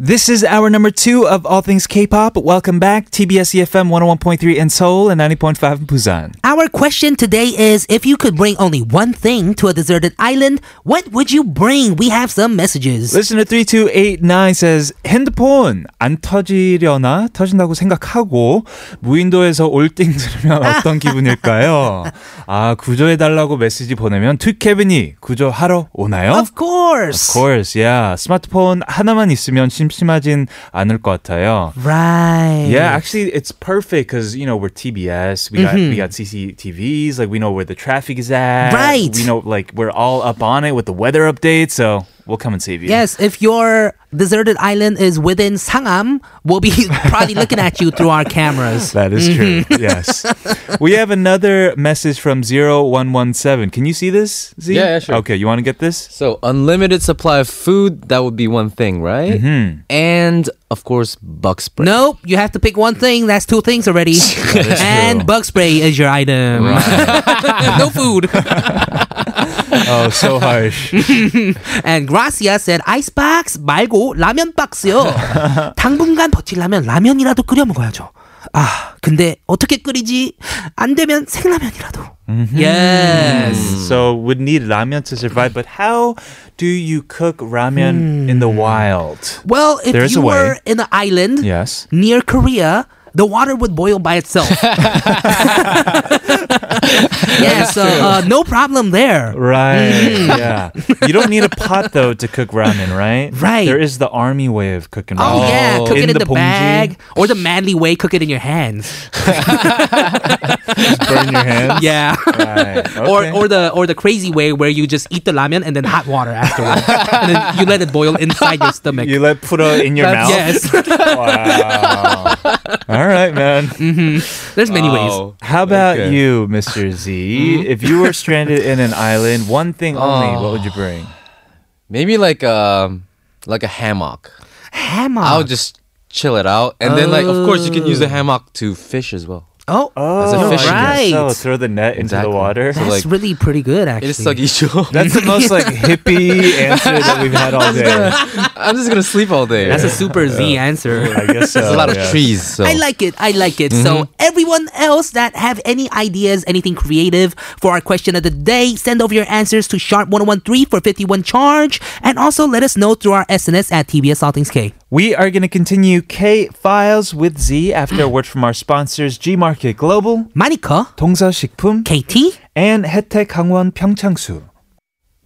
Speaker 2: This is our number two of All Things K-pop. Welcome back, TBS EFM 101.3 in Seoul and 90.5 in Busan.
Speaker 1: Our question today is if you could bring only one thing to a deserted island, what would you bring? We have some messages.
Speaker 2: Listener 3289 says 핸드폰 안 터지려나 터진다고 생각하고 무인도에서 올띵 들으면 어떤 기분일까요? 아 구조해달라고 메시지 보내면 투케빈이 구조하러 오나요?
Speaker 1: Of course.
Speaker 2: Of course, yeah. 스마트폰 하나만 있으면 심심하진 않을 것 같아요.
Speaker 1: Right.
Speaker 2: Yeah, actually, it's perfect because you know we're TBS, we got we
Speaker 1: Mm-hmm.
Speaker 2: got CCTVs, like we know where the traffic is at,
Speaker 1: Right.
Speaker 2: We know like we're all up on it with the weather updates, so we'll come and save you.
Speaker 1: Yes, if your deserted island is within Sangam, we'll be probably looking at you through our cameras.
Speaker 2: That is true. Yes. we have another message from 0117. Can you see this? Z?
Speaker 5: Yeah, yeah, sure.
Speaker 2: Okay, you want to get this?
Speaker 5: So unlimited supply of food, that would be one thing, right? Mm-hmm. And of course, bug spray.
Speaker 1: Nope, you have to pick one thing. That's two things already. and bug spray is your item. no food.
Speaker 2: Oh, so harsh.
Speaker 1: Mm. And Gracia said, 아이스박스 말고 라면 박스요. 당분간 버틸라면 라면이라도 끓여 먹어야죠. 아, 근데 어떻게 끓이지? 안 되면 생라면이라도. Yes.
Speaker 2: so would need ramen to survive, but how do you cook ramen in
Speaker 1: Hmm.
Speaker 2: the wild?
Speaker 1: Well, if
Speaker 2: There is
Speaker 1: you
Speaker 2: a way.
Speaker 1: were in an island
Speaker 2: Yes.
Speaker 1: near Korea, the water would boil by itself. yeah, so uh, no problem there.
Speaker 2: Right. Yeah. You don't need a pot though to cook ramen, right?
Speaker 1: Right.
Speaker 2: There is the army way of cooking
Speaker 1: Oh,
Speaker 2: ramen.
Speaker 1: yeah, cook
Speaker 2: in
Speaker 1: it in the,
Speaker 2: the 봉지.
Speaker 1: bag or the manly way, cook it in your hands.
Speaker 2: Burn your hands.
Speaker 1: Yeah.
Speaker 2: Right. Okay.
Speaker 1: Or, or the or the crazy way where you just eat the ramen and then hot water afterwards, and then you let it boil inside your stomach.
Speaker 2: you let pura in your mouth.
Speaker 1: yes,
Speaker 2: Wow. All right, man.
Speaker 1: there's many ways.
Speaker 5: Wow.
Speaker 2: How about
Speaker 5: Okay. Mm-hmm.
Speaker 2: you, Mr. Z? if you were stranded in an island, one thing only, what would you bring?
Speaker 5: Maybe like um like a hammock.
Speaker 1: Hammock.
Speaker 5: I would just chill it out, and then like of course you can use the hammock to fish as well.
Speaker 1: oh,
Speaker 2: Oh,
Speaker 5: a fishing
Speaker 1: net.
Speaker 2: So throw the net into the
Speaker 5: Exactly.
Speaker 2: water.
Speaker 5: So,
Speaker 1: that's
Speaker 5: like
Speaker 1: really pretty good actually.
Speaker 5: it's like
Speaker 2: That's the most like hippie answer that we've had all day.
Speaker 5: I'm just gonna sleep all day.
Speaker 1: That's a super Z answer.
Speaker 2: I guess so.
Speaker 5: There's a lot
Speaker 2: yeah.
Speaker 5: of trees. So
Speaker 1: I
Speaker 5: Mm-hmm.
Speaker 1: like it. I like it. So everyone else that have any ideas, anything creative for our question of the day, send over your answers to sharp1013 for 51 charge. And also let us know through our SNS at TBS All Things K.
Speaker 2: We are going to continue K Files with Z after a word from our sponsors G Market Global,
Speaker 1: Manika,
Speaker 2: 동서 식품,
Speaker 1: KT.
Speaker 2: and 혜택 강원 평창수.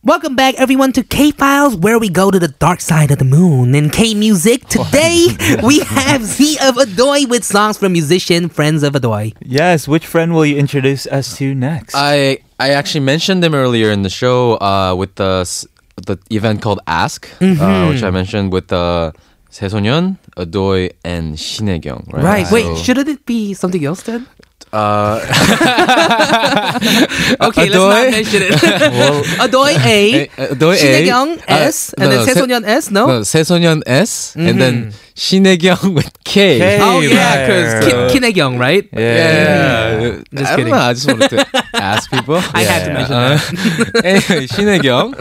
Speaker 1: Welcome back, everyone, to K Files, where we go to the dark side of the moon. In K Music, today we have Z of Adoy with songs from musician Friends of Adoy.
Speaker 2: Yes, which friend will you introduce us to next?
Speaker 5: I I actually mentioned them earlier in the show uh, with the s- the event called Ask, uh,
Speaker 1: Mm-hmm.
Speaker 5: which I mentioned with uh, 세소년, Adoy, and Shinegyong.
Speaker 1: Right.
Speaker 5: Right.
Speaker 1: Wait,
Speaker 5: So- uh,
Speaker 1: shouldn't it be something else then? Okay, let's
Speaker 5: Adoy.
Speaker 1: not mention it. Adoy A,
Speaker 5: 너의 아,
Speaker 1: 신혜경 S, and then 세소년 S. No.
Speaker 5: no 세소년 S and then 신혜경 with K.
Speaker 2: K.
Speaker 1: Oh yeah,
Speaker 2: Right.
Speaker 1: because
Speaker 2: Uh,
Speaker 1: Kinegyong, right?
Speaker 5: Yeah,
Speaker 1: Just
Speaker 5: I don't
Speaker 1: kidding.
Speaker 5: know. I just wanted to ask people.
Speaker 1: I had to mention that.
Speaker 5: that. anyway, 신혜경,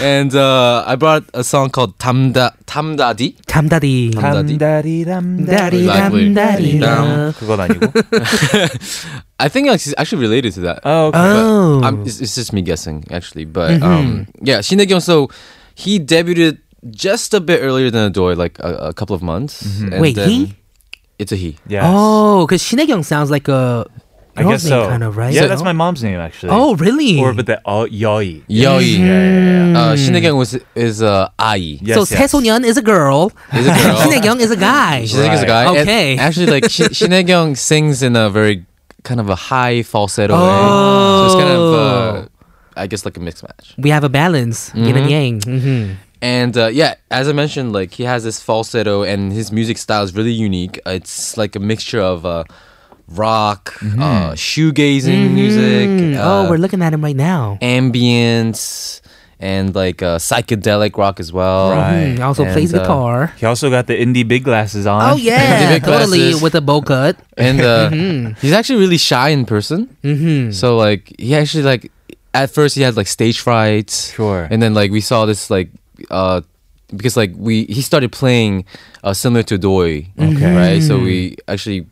Speaker 5: and uh, I brought a song called 담다 담다디.
Speaker 1: 담다디.
Speaker 5: 담다디.
Speaker 1: 담다리
Speaker 5: Exactly.
Speaker 1: 담다리.
Speaker 5: 담.
Speaker 2: 그건 아니고.
Speaker 5: I think it's actually related to that.
Speaker 2: 아, 오케이.
Speaker 1: Oh.
Speaker 5: But
Speaker 1: Mm-hmm.
Speaker 5: I'm, it's, it's just me guessing actually, but um, yeah, Shinegyon. So he debuted just a bit earlier than Adoy, like a, a couple of months. and
Speaker 1: Wait,
Speaker 5: then-
Speaker 1: he?
Speaker 5: It's a he.
Speaker 2: Yes.
Speaker 1: Oh, because Shinegyong sounds like a
Speaker 2: I
Speaker 1: girl's
Speaker 2: guess
Speaker 1: name
Speaker 2: so.
Speaker 1: kind of, right?
Speaker 2: Yeah, that's my mom's name actually.
Speaker 1: Oh, really?
Speaker 2: Or but the oh, Yoi.
Speaker 5: Yoi.
Speaker 2: Yeah, yeah,
Speaker 1: Mm.
Speaker 2: yeah.
Speaker 5: Uh, Shinegyon was is uh, Ai.
Speaker 2: Yes,
Speaker 1: so
Speaker 2: yes.
Speaker 1: 세소년 is a girl.
Speaker 5: Is a girl.
Speaker 1: Shinegyong is a guy.
Speaker 5: Shinegyeon is a guy. and
Speaker 1: Okay.
Speaker 5: actually, like Shin- Shinegyeon sings in a very kind of a high falsetto way. So it's kind of.
Speaker 1: Oh.
Speaker 5: Uh, I guess like a mixed match,
Speaker 1: We have a balance, yin
Speaker 2: Mm-hmm.
Speaker 1: and yang. hmm
Speaker 5: and uh, yeah, as I mentioned, like he has this falsetto, and his music style is really unique. It's like a mixture of uh, rock, uh, shoegazing music,
Speaker 1: Mm-hmm. oh,
Speaker 5: uh,
Speaker 1: we're looking at him right now.
Speaker 5: ambience, and like uh, psychedelic rock as well.
Speaker 2: Right.
Speaker 1: Mm, also
Speaker 5: And,
Speaker 1: plays
Speaker 5: uh,
Speaker 1: guitar.
Speaker 2: He also got the indie big glasses on.
Speaker 1: Oh yeah,
Speaker 5: big
Speaker 1: totally
Speaker 5: glasses.
Speaker 1: with a bow cut.
Speaker 5: and uh, he's actually really shy in person. Mm-hmm. So like he actually like at first he had like stage fright.
Speaker 2: Sure.
Speaker 5: And then like we saw this like uh because like we he started playing uh, similar to Doi. Okay. Right. So we actually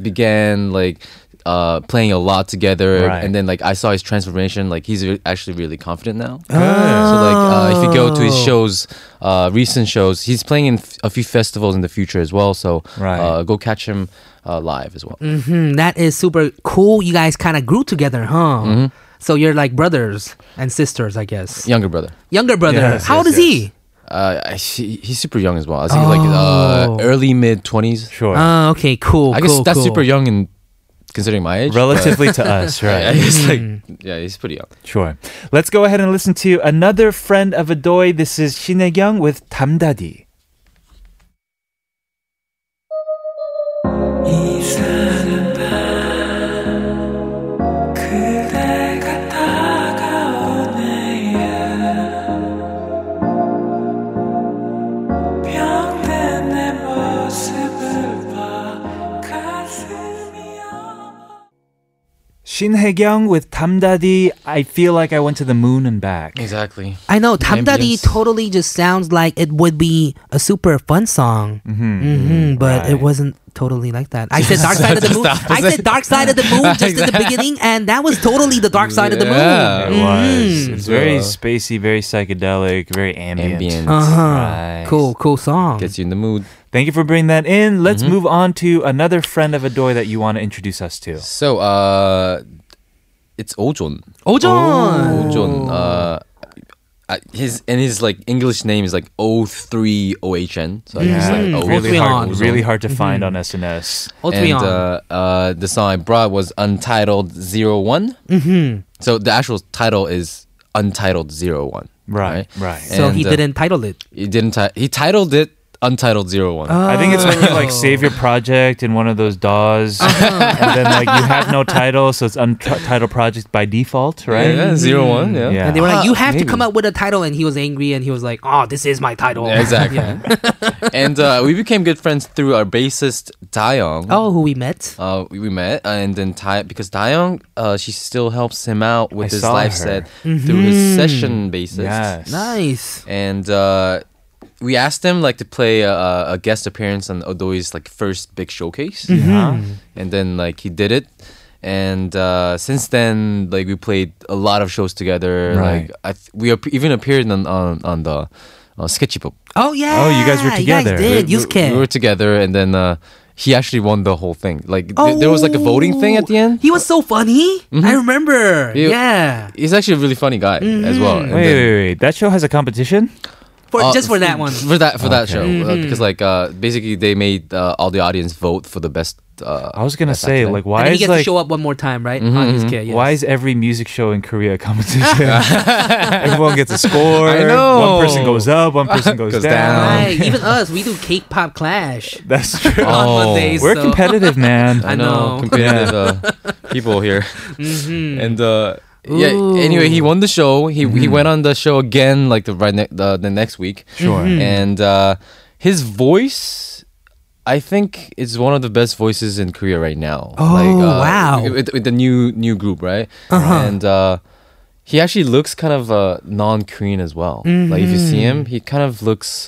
Speaker 5: began like. Uh, playing a lot together,
Speaker 2: Right.
Speaker 5: and then like I saw his transformation. Like he's re- actually really confident now. So like uh, if you go to his
Speaker 1: Oh.
Speaker 5: shows, uh, recent shows, he's playing in f- a few festivals in the future as well. So
Speaker 2: Right.
Speaker 5: uh, go catch him uh, live as well.
Speaker 1: Hmm, that is super cool. You guys kind of grew together, huh?
Speaker 5: Mm-hmm.
Speaker 1: So you're like brothers and sisters, I guess.
Speaker 5: Younger brother.
Speaker 1: Younger brother.
Speaker 2: Yes,
Speaker 1: How old is
Speaker 2: yes,
Speaker 1: he?
Speaker 5: Uh, I- he, he's super young as well. I think like uh,
Speaker 1: Oh.
Speaker 5: early mid twenties.
Speaker 2: Sure.
Speaker 1: Uh, okay, cool.
Speaker 5: I guess
Speaker 1: cool,
Speaker 5: that's
Speaker 1: cool.
Speaker 5: super young in considering my age.
Speaker 2: Relatively to us,
Speaker 5: but- Yeah,
Speaker 2: right?
Speaker 5: he's
Speaker 1: Mm.
Speaker 5: like yeah, he's pretty young.
Speaker 2: Sure. Let's go ahead and listen to another friend of Adoy. This is Shinegyang with 담다디.
Speaker 3: 이 사는 밤 그대가 다가오네요 병든 내 모습을 봐 가슴이 어
Speaker 2: Shinhyekyung with Tamdadi. I feel like I went to the moon and back.
Speaker 5: Exactly.
Speaker 1: I know. Tamdadi
Speaker 5: Ambience.
Speaker 1: totally just sounds like it would be a super fun song. Mm-hmm. but it wasn't totally like that. I said Dark Side of the Moon. I said Dark Side of the Moon just at the beginning, and that was totally the Dark Side of the Moon. Mm.
Speaker 5: Yeah.
Speaker 2: It was. Mm-hmm. It's very
Speaker 5: Yeah.
Speaker 2: spacey, very psychedelic, very ambient.
Speaker 5: Ambient
Speaker 1: Uh huh.
Speaker 2: Nice.
Speaker 1: Cool, cool song.
Speaker 5: gets you in the mood.
Speaker 2: Thank you for bringing that in. Let's
Speaker 1: Mm-hmm.
Speaker 2: move on to another friend of Adoy that you want to introduce us to.
Speaker 5: So uh, it's Ojon.
Speaker 1: Oh,
Speaker 5: Oh.
Speaker 1: Ojon.
Speaker 5: Ojon. Uh, I- his and his like English name is like O three O H N. So I guess like
Speaker 1: Mm.
Speaker 5: Ojon.
Speaker 2: really hard,
Speaker 1: Ultreon.
Speaker 2: really hard to find on SNS.
Speaker 5: and
Speaker 1: Ultreon.
Speaker 5: uh, uh, the song I brought was Untitled Zero One. Mm-hmm. So the actual title is Untitled Zero One.
Speaker 2: Right, right.
Speaker 1: so he
Speaker 5: And, uh,
Speaker 1: didn't title it.
Speaker 5: He didn't. Ti- he titled it Untitled Zero One.
Speaker 1: Oh.
Speaker 2: I think it's when you like save your project in one of those DAWs,
Speaker 1: Uh-huh.
Speaker 2: and then like you have no title, so it's untitled project by default, right? Mm.
Speaker 5: Yeah, Zero One. Yeah.
Speaker 2: Yeah.
Speaker 1: And they were like,
Speaker 5: Ah,
Speaker 1: "You have to
Speaker 5: maybe.
Speaker 1: come up with a title," and he was angry, and he was like, "Oh, this is my title."
Speaker 5: Yeah, Exactly. and uh, we became good friends through our bassist Dayoung.
Speaker 1: Oh, who we met?
Speaker 5: Uh, we, we met, and then Tai because Dayoung, uh, she still helps him out with
Speaker 2: I
Speaker 5: his
Speaker 2: saw
Speaker 5: live
Speaker 2: her.
Speaker 5: set through his
Speaker 1: Mm-hmm.
Speaker 5: session bassist.
Speaker 2: Yes.
Speaker 1: Nice.
Speaker 5: and uh, we asked him like to play a, a guest appearance on Odoi's like first big showcase, Mm-hmm. and then like he did it. And uh, since then, like we played a lot of shows together.
Speaker 2: Right.
Speaker 5: Like I th- we ap- even appeared on on, on the uh, sketchbook.
Speaker 1: Oh yeah.
Speaker 2: Oh, you guys were together.
Speaker 1: You guys did.
Speaker 5: we,
Speaker 1: You
Speaker 5: we, we were together, and then uh, he actually won the whole thing. Like th- there was like a voting thing at the end. Mm-hmm.
Speaker 1: He was so funny. I remember.
Speaker 5: He-
Speaker 1: yeah.
Speaker 5: He's actually a really funny guy as well. And
Speaker 2: Wait,
Speaker 5: then-
Speaker 2: wait, wait. That show has a competition?
Speaker 1: for
Speaker 5: Uh,
Speaker 1: just for that one. Mm-hmm.
Speaker 5: for that for that show Uh, because like uh, basically they made uh, all the audience vote for the best. Uh,
Speaker 2: I was gonna
Speaker 5: best
Speaker 2: say
Speaker 5: actor.
Speaker 2: like
Speaker 1: And
Speaker 2: why
Speaker 1: then he
Speaker 2: is
Speaker 1: gets to
Speaker 2: like
Speaker 1: show up one more time, right?
Speaker 5: Mm-hmm,
Speaker 1: On his kid, yes.
Speaker 2: why is every music show in Korea a competition? Everyone gets a score.
Speaker 5: I know.
Speaker 2: One person goes up, one person goes
Speaker 5: Goes
Speaker 2: down.
Speaker 5: down.
Speaker 1: Right, even us, we do cake pop clash
Speaker 2: That's true.
Speaker 1: on
Speaker 5: Oh.
Speaker 1: Mondays.
Speaker 2: We're
Speaker 1: so-
Speaker 2: competitive, man.
Speaker 1: I
Speaker 5: I
Speaker 1: know. Mm-hmm.
Speaker 5: know competitive uh, people here, and uh, yeah.
Speaker 1: Ooh. Mm-hmm.
Speaker 5: Anyway, he won the show. He he went on the show again like the right ne- the, the next week.
Speaker 2: Sure. Mhm.
Speaker 5: and uh, his voice. I think is one of the best voices in Korea right now. uh,
Speaker 1: Oh, wow. Uh-huh.
Speaker 5: With, with the new new group, right? And uh, he actually looks kind of uh, non-Korean as well. Like if you see
Speaker 1: Mm-hmm.
Speaker 5: him, he kind of looks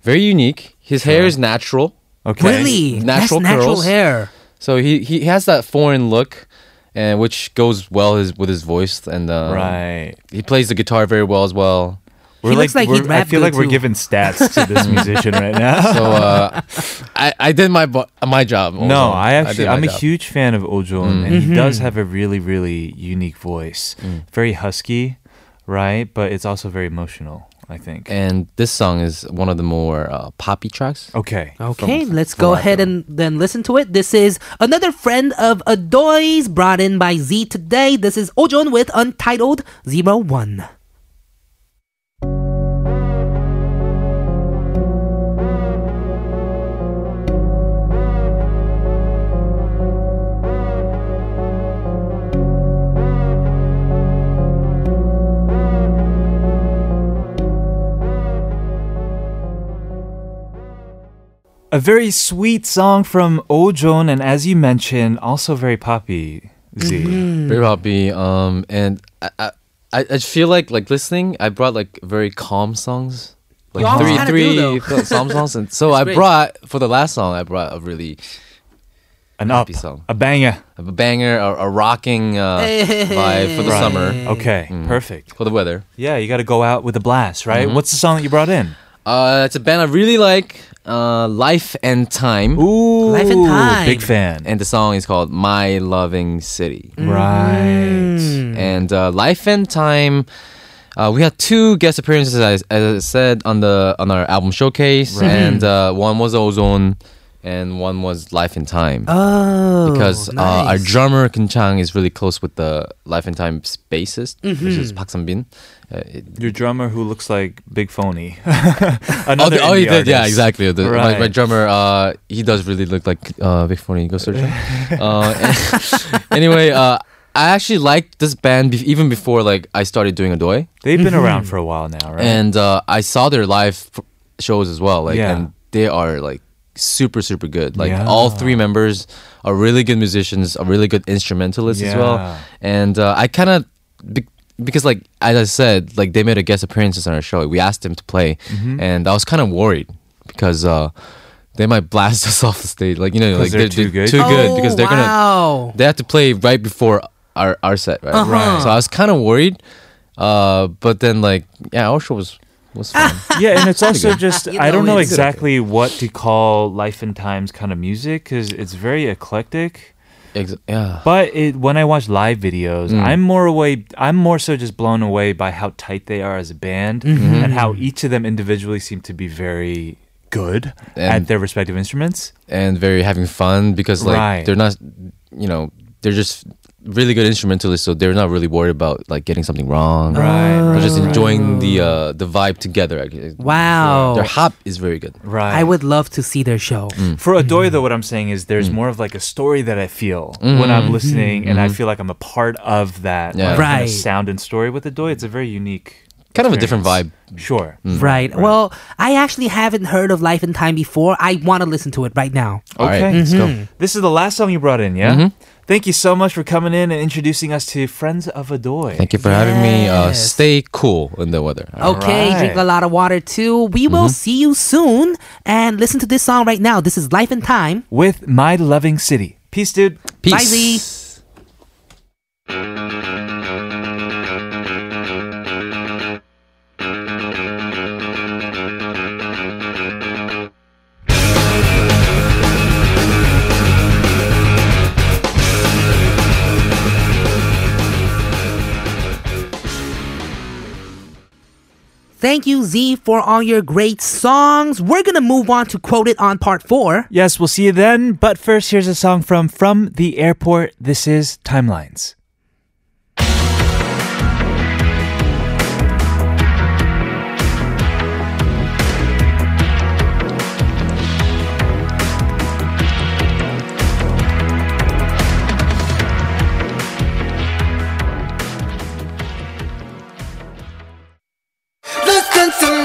Speaker 5: very unique. His hair is natural.
Speaker 2: Okay.
Speaker 1: Really?
Speaker 5: Natural
Speaker 1: That's natural
Speaker 5: curls.
Speaker 1: hair.
Speaker 5: So he he has that foreign look, and which goes well his, with his voice, and uh,
Speaker 2: Right.
Speaker 5: he plays the guitar very well as well.
Speaker 2: We're
Speaker 1: looks like he'd
Speaker 2: we're- I
Speaker 1: rap
Speaker 2: feel
Speaker 1: good
Speaker 2: like
Speaker 1: too.
Speaker 2: we're giving stats to this musician right now.
Speaker 5: So uh, I I did my bo- my job.
Speaker 2: No,
Speaker 5: also.
Speaker 2: I actually
Speaker 5: did my
Speaker 2: I'm a
Speaker 5: job.
Speaker 2: huge fan of Ojun, and he does have a really really unique voice, very husky, right? But it's also very emotional. I think.
Speaker 5: And this song is one of the more uh, poppy tracks.
Speaker 2: okay.
Speaker 1: Okay,
Speaker 5: from-
Speaker 1: let's
Speaker 5: from
Speaker 1: go
Speaker 5: what I
Speaker 1: ahead
Speaker 5: do.
Speaker 1: and then listen to it. This is another friend of Adoy's brought in by Z today. This is Ojon with Untitled Zero One.
Speaker 2: A very sweet song from Ojun, and as you mentioned, also very poppy. Z.
Speaker 5: Very poppy. Um, and I, I I I feel like like listening. I brought like very calm songs. Like
Speaker 1: You always
Speaker 5: three
Speaker 1: kinda
Speaker 5: three
Speaker 1: do, though.
Speaker 5: calm songs, and so I
Speaker 1: great.
Speaker 5: brought for the last song. I brought a really
Speaker 2: An up,
Speaker 5: Happy song.
Speaker 2: a banger.
Speaker 5: a banger, a, a rocking uh, vibe for the
Speaker 2: Right.
Speaker 5: summer,
Speaker 2: Okay, perfect.
Speaker 5: for the weather.
Speaker 2: Yeah, you got to go out with a blast, right? What's the song that you brought in?
Speaker 5: Uh, it's a band I really like, uh, Life and Time,
Speaker 2: Ooh,
Speaker 1: Life and Time.
Speaker 2: Big fan.
Speaker 5: and the song is called "My Loving City."
Speaker 2: right.
Speaker 1: Mm.
Speaker 5: And uh, Life and Time, uh, we had two guest appearances, as, as I said on the on our album showcase,
Speaker 1: Mm-hmm.
Speaker 5: and uh, one was Ozone, and one was Life and Time.
Speaker 1: Oh,
Speaker 5: because uh,
Speaker 1: nice.
Speaker 5: our drummer Kim Chang is really close with the Life and Time bassist, which
Speaker 1: Mm-hmm.
Speaker 5: is Park Sam Bin. Uh, it-
Speaker 2: Your drummer who looks like Big Phony.
Speaker 5: Oh,
Speaker 2: Another
Speaker 5: the- oh, he
Speaker 2: indie
Speaker 5: did. Yeah,
Speaker 2: artist.
Speaker 5: exactly. The-
Speaker 2: Right.
Speaker 5: my, my drummer, uh, he does really look like uh, Big Phony. Go search him. uh, anyway, uh, I actually liked this band be- even before like I started doing Adoy,
Speaker 2: They've been around for a while now, right?
Speaker 5: Mm-hmm. and uh, I saw their live f- shows as well. Like,
Speaker 2: Yeah.
Speaker 5: and they are like super, super good. Like
Speaker 2: Yeah.
Speaker 5: all three members are really good musicians, are really good instrumentalists as
Speaker 2: Yeah.
Speaker 5: well. And uh, I kind of. Be- because like as I said, like they made a guest appearances on our show. We asked them to play,
Speaker 2: Mm-hmm.
Speaker 5: and I was kind of worried because uh, they might blast us off the stage. Like you know, like
Speaker 2: they're too good?
Speaker 5: too
Speaker 1: Oh,
Speaker 5: good because they're gonna
Speaker 1: wow.
Speaker 5: they have to play right before our our set, right?
Speaker 2: Right.
Speaker 5: So I was kind of worried, uh, but then like yeah, our show was was fun.
Speaker 2: yeah, and it's also just,
Speaker 1: You
Speaker 2: I don't
Speaker 1: know
Speaker 2: know
Speaker 1: it's-
Speaker 2: exactly what to call Life and Time's kind of music because it's very eclectic.
Speaker 5: Ex- yeah,
Speaker 2: But it, when I watch live videos,
Speaker 5: Mm.
Speaker 2: I'm more away. I'm more so just blown away by how tight they are as a band,
Speaker 5: Mm-hmm.
Speaker 2: and how each of them individually seem to be very good at
Speaker 5: And-
Speaker 2: their respective instruments.
Speaker 5: and very having fun because like
Speaker 2: Right.
Speaker 5: they're not, you know, they're just really good instrumentalists, so they're not really worried about like getting something wrong.
Speaker 2: Right,
Speaker 5: They're
Speaker 2: right,
Speaker 1: Oh,
Speaker 5: just enjoying the uh, the vibe together. I guess.
Speaker 1: Wow.
Speaker 5: their hop is very good.
Speaker 2: right.
Speaker 1: I would love to see their show.
Speaker 2: For Adoy,
Speaker 5: Mm-hmm.
Speaker 2: though, what I'm saying is there's
Speaker 5: Mm.
Speaker 2: more of like a story that I feel when I'm listening, and I
Speaker 5: Mm-hmm.
Speaker 2: feel like I'm a part of that
Speaker 5: Yeah.
Speaker 2: like,
Speaker 1: Right.
Speaker 2: kind of sound and story with Adoy. It's a very unique,
Speaker 5: Kind of a different
Speaker 2: experience.
Speaker 5: vibe. Mm.
Speaker 2: Sure.
Speaker 1: Right. Well, I actually haven't heard of Life and Time before. I want to listen to it right now.
Speaker 5: All right,
Speaker 2: Okay. Mm-hmm.
Speaker 5: let's go. Mm-hmm.
Speaker 2: This is the last song you brought in, yeah? Thank you so much for coming in and introducing us to Friends of Adoy.
Speaker 5: Thank you for having me. Uh,
Speaker 1: Yes.
Speaker 5: stay cool in the weather. All right.
Speaker 1: Okay,
Speaker 2: right.
Speaker 1: drink a lot of water too. We will see you soon. And listen to this song right now. This is Life and Time.
Speaker 2: With My Loving City. Peace, dude.
Speaker 1: Bye,
Speaker 5: Peace.
Speaker 1: Z. Thank you, Z, for all your great songs. We're going to move on to Quote It on Part 4.
Speaker 2: Yes, we'll see you then. But first, here's a song from From the Airport. This is Timelines.
Speaker 7: The sense will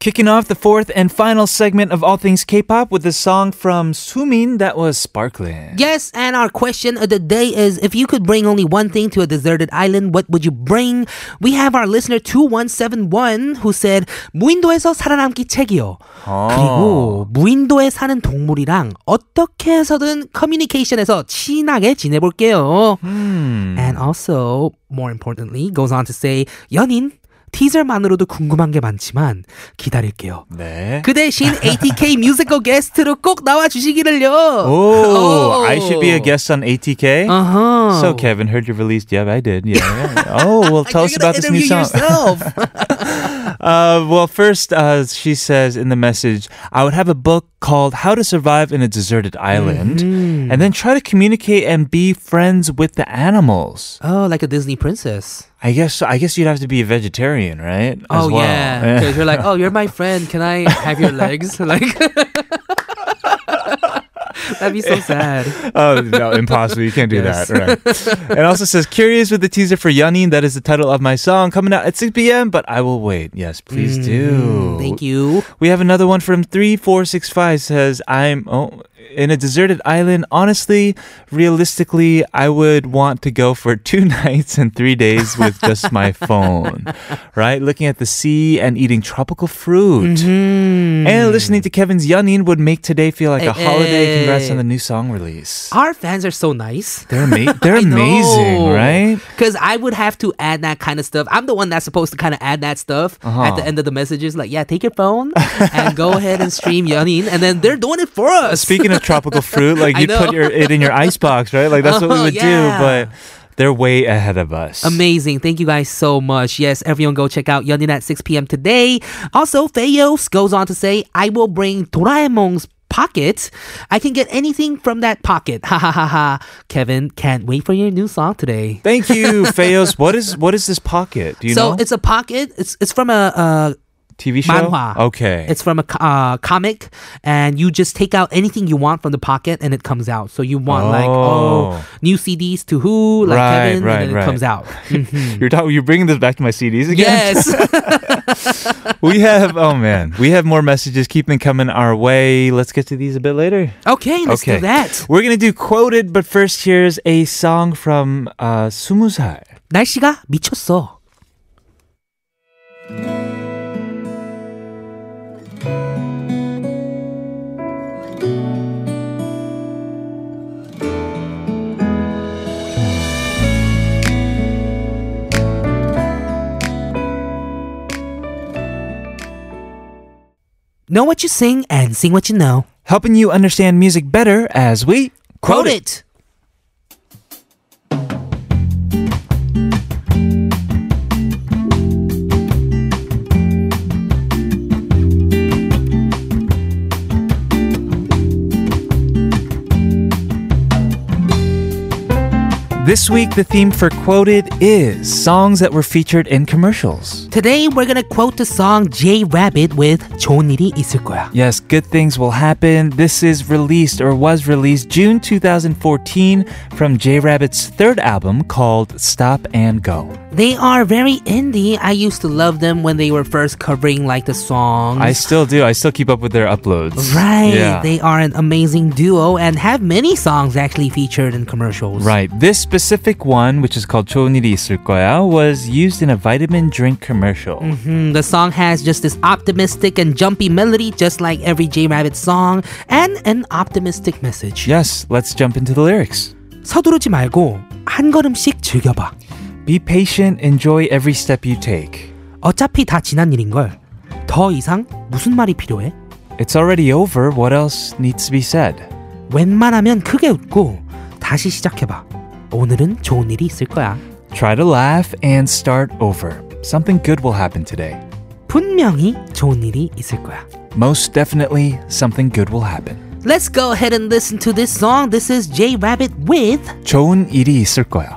Speaker 2: Kicking off the fourth and final segment of All Things K-pop with the song from Sumin that was sparkling.
Speaker 1: Yes, and our question of the day is if you could bring only one thing to a deserted island, what would you bring? We have our listener 2171 who said 무인도에서 살아남기 책이요. 그리고 무인도에 사는 동물이랑 어떻게 해서든 커뮤니케이션에서 친하게 지내볼게요. And also, more importantly, goes on to say 연인 티저만으로도 궁금한 게 많지만 기다릴게요.
Speaker 2: 네.
Speaker 1: 그 대신 ATK 뮤지컬 게스트로 꼭 나와 주시기를요.
Speaker 2: Oh, I should be a guest on ATK.
Speaker 1: Uh-huh.
Speaker 2: So Kevin heard you released. Yep, I did. Yeah. yeah. Oh, well, tell us
Speaker 1: You're gonna
Speaker 2: about this new
Speaker 1: interview
Speaker 2: song.
Speaker 1: Yourself.
Speaker 2: Uh, well, first, uh, she says in the message, I would have a book called How to Survive in a Deserted Island
Speaker 1: Mm-hmm.
Speaker 2: and then try to communicate and be friends with the animals.
Speaker 1: oh, like a Disney princess.
Speaker 2: I guess I guess you'd have to be a vegetarian, right? As
Speaker 1: oh
Speaker 2: well.
Speaker 1: yeah, because you're like, oh, you're my friend. Can I have your legs? Like. That'd be so sad.
Speaker 2: oh no, impossible! You can't do
Speaker 1: Yes.
Speaker 2: that. Right. it also says curious with the teaser for Yanin. That is the title of my song coming out at 6 p.m. But I will wait. Yes, please
Speaker 1: Mm,
Speaker 2: do.
Speaker 1: Thank you.
Speaker 2: We have another one from 3465 says, I'm oh, in a deserted island. Honestly, realistically, I would want to go for two nights and three days with just my phone, right? Looking at the sea and eating tropical fruit.
Speaker 1: Mm-hmm.
Speaker 2: And listening to Kevin's Yanin would make today feel like a
Speaker 1: Hey,
Speaker 2: holiday. Congrats
Speaker 1: hey.
Speaker 2: on the new song release.
Speaker 1: Our fans are so nice.
Speaker 2: They're, ama- they're amazing, right?
Speaker 1: Because I would have to add that kind of stuff. I'm the one that's supposed to kind of add that stuff
Speaker 2: Uh-huh.
Speaker 1: at the end of the messages. Like, yeah, take your phone and go ahead and stream Yeonin. And then they're doing it for us.
Speaker 2: Speaking of tropical fruit, like
Speaker 1: I
Speaker 2: you
Speaker 1: know.
Speaker 2: put your, it in your icebox, right? Like that's what we
Speaker 1: Oh,
Speaker 2: would
Speaker 1: yeah.
Speaker 2: do, but they're way ahead of us.
Speaker 1: Amazing. Thank you guys so much. Yes, everyone go check out Yeonin at 6 p.m. today. Also, Fayos goes on to say, I will bring Doraemon's pocket. I can get anything from that pocket. Ha ha ha ha. Kevin, can't wait for your new song today.
Speaker 2: Thank you, Feos. What is what is this pocket? Do you
Speaker 1: so
Speaker 2: know?
Speaker 1: it's a pocket. It's it's from a uh,
Speaker 2: TV show.
Speaker 1: manhwa.
Speaker 2: Okay.
Speaker 1: It's from a co- uh, comic, and you just take out anything you want from the pocket, and it comes out. So you want like
Speaker 2: Oh.
Speaker 1: oh new CDs to who like
Speaker 2: Right,
Speaker 1: Kevin,
Speaker 2: right,
Speaker 1: and then
Speaker 2: right.
Speaker 1: it comes out.
Speaker 2: you're talking. You're bringing this back to my CDs again.
Speaker 1: yes.
Speaker 2: we have. Oh man, we have more messages. Keep them coming our way. Let's get to these a bit later.
Speaker 1: okay, let's
Speaker 2: okay.
Speaker 1: do that.
Speaker 2: We're gonna do quoted, but first here's a song from uh, 스무 살.
Speaker 1: 날씨가 미쳤어. Know what you sing and sing what you know.
Speaker 2: helping you understand music better as we
Speaker 1: Quote it.
Speaker 2: This week, the theme for Quoted is songs that were featured in commercials.
Speaker 1: Today we're gonna quote the song J Rabbit with 좋은 일이 있을 거야.
Speaker 2: Yes, good things will happen. This is released or was released June 2014 from J Rabbit's third album called Stop and Go.
Speaker 1: They are very indie. I used to love them when they were first covering like the songs.
Speaker 2: I still do. I still keep up with their uploads.
Speaker 1: Right.
Speaker 2: Yeah.
Speaker 1: They are an amazing duo and have many songs actually featured in commercials.
Speaker 2: Right. This specific one, which is called 좋은 일이 있을 거야, was used in a vitamin drink commercial.
Speaker 1: Mm, the song has just this optimistic and jumpy melody, just like every J Rabbit song, and an optimistic message.
Speaker 2: Yes, let's jump into the lyrics.
Speaker 1: 서두르지 말고 한 걸음씩 즐겨봐.
Speaker 2: Be patient, enjoy every step you take.
Speaker 1: 어차피 다 지난 일인걸. 더 이상 무슨 말이 필요해?
Speaker 2: It's already over. What else needs to be said?
Speaker 1: 웬만하면 크게 웃고 다시 시작해봐. 오늘은 좋은 일이 있을 거야.
Speaker 2: Try to laugh and start over. Something good will happen today.
Speaker 1: 분명히 좋은 일이 있을 거야.
Speaker 2: Most definitely, something good will happen.
Speaker 1: Let's go ahead and listen to this song. This is J Rabbit with
Speaker 2: 좋은 일이 있을 거야.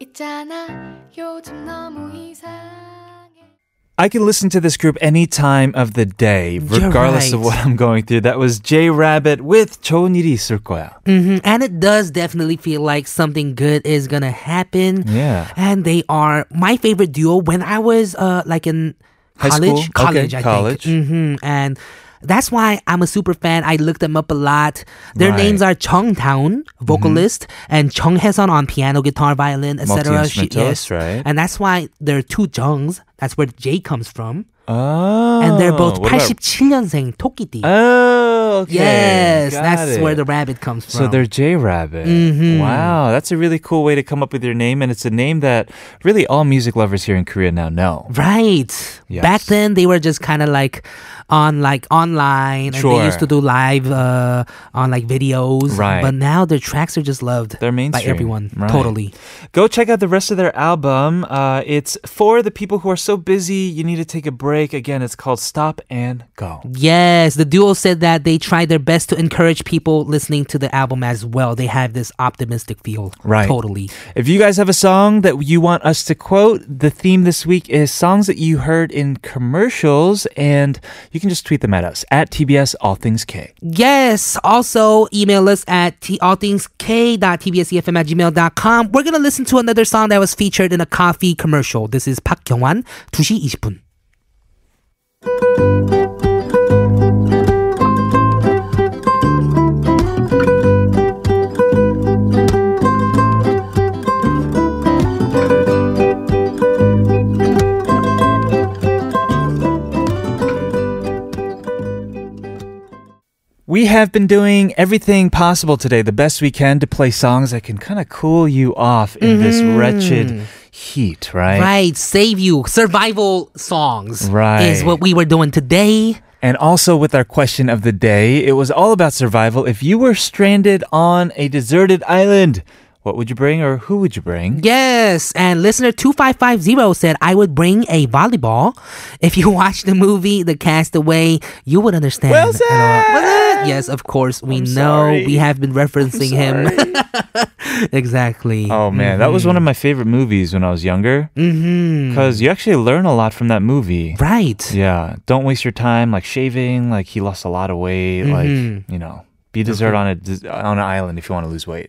Speaker 4: 있잖아 요즘 너무 이상해
Speaker 2: I can listen to this group any time of the day,
Speaker 1: You're
Speaker 2: regardless of
Speaker 1: right.
Speaker 2: what I'm going through. That was J Rabbit with 좋은 일이 있을 거야.
Speaker 1: Mhm, And it does definitely feel like something good is gonna happen.
Speaker 2: Yeah.
Speaker 1: And they are my favorite duo when I was uh like in
Speaker 2: High
Speaker 1: college.
Speaker 2: school?
Speaker 1: College, I
Speaker 2: Okay, college.
Speaker 1: think. hmm And that's why I'm a super fan. I looked them up a lot. Their
Speaker 2: Right.
Speaker 1: names are Chung Taun, vocalist, and Chung Hae-sun on piano, guitar, violin, etc. She-
Speaker 2: Multi-instrumentalist, right?
Speaker 1: And that's why there are two Jungs. That's where J comes from.
Speaker 2: Oh,
Speaker 1: and they're both
Speaker 2: what about-
Speaker 1: 87년생 토끼띠.
Speaker 2: Oh, okay.
Speaker 1: yes,
Speaker 2: Got
Speaker 1: that's
Speaker 2: it.
Speaker 1: where the rabbit comes from.
Speaker 2: So they're J Rabbit. Wow, that's a really cool way to come up with your name, and it's a name that really all music lovers here in Korea now know.
Speaker 1: Right. Back
Speaker 2: Yes.
Speaker 1: then, they were just kind of like on like online, and they used to
Speaker 2: Sure.
Speaker 1: do live uh, on like videos.
Speaker 2: Right.
Speaker 1: But now their tracks are just loved
Speaker 2: They're
Speaker 1: by
Speaker 2: mainstream.
Speaker 1: everyone.
Speaker 2: Right.
Speaker 1: Totally.
Speaker 2: Go check out the rest of their album. Uh, it's for the people who are so busy you need to take a break. Again, it's called Stop and Go.
Speaker 1: Yes, the duo said that they tried their best to encourage people listening to the album as well. They have this optimistic feel.
Speaker 2: Right.
Speaker 1: Totally.
Speaker 2: If you guys have a song that you want us to quote, the theme this week is songs that you heard in commercials, and you can just tweet them at us at TBS All Things K.
Speaker 1: Yes. Also, email us at t- allthingsk.tbsefm e at gmail.com. We're going to listen to another song that was featured in a coffee commercial. This is Park Kyungwan, 2시 20분.
Speaker 2: We have been doing everything possible today, the best we can, to play songs that can kind of cool you off in this wretched heat, right?
Speaker 1: Right, save you. Survival songs
Speaker 2: Right.
Speaker 1: is what we were doing today.
Speaker 2: And also with our question of the day, it was all about survival. If you were stranded on a deserted island, what would you bring or who would you bring?
Speaker 1: Yes, and listener 2550 said, I would bring a volleyball. If you watch the movie The Castaway, you would understand.
Speaker 2: Well
Speaker 1: And, uh, well said! Yes, of course, we know.
Speaker 2: sorry.
Speaker 1: We have been referencing him. exactly.
Speaker 2: Oh man, that was one of my favorite movies when I was younger. Because you actually learn a lot from that movie.
Speaker 1: Right.
Speaker 2: Yeah, don't waste your time like shaving. Like he lost a lot of weight.
Speaker 1: Mm-hmm.
Speaker 2: Like you know, be dessert on a des- on an island if you want to lose weight.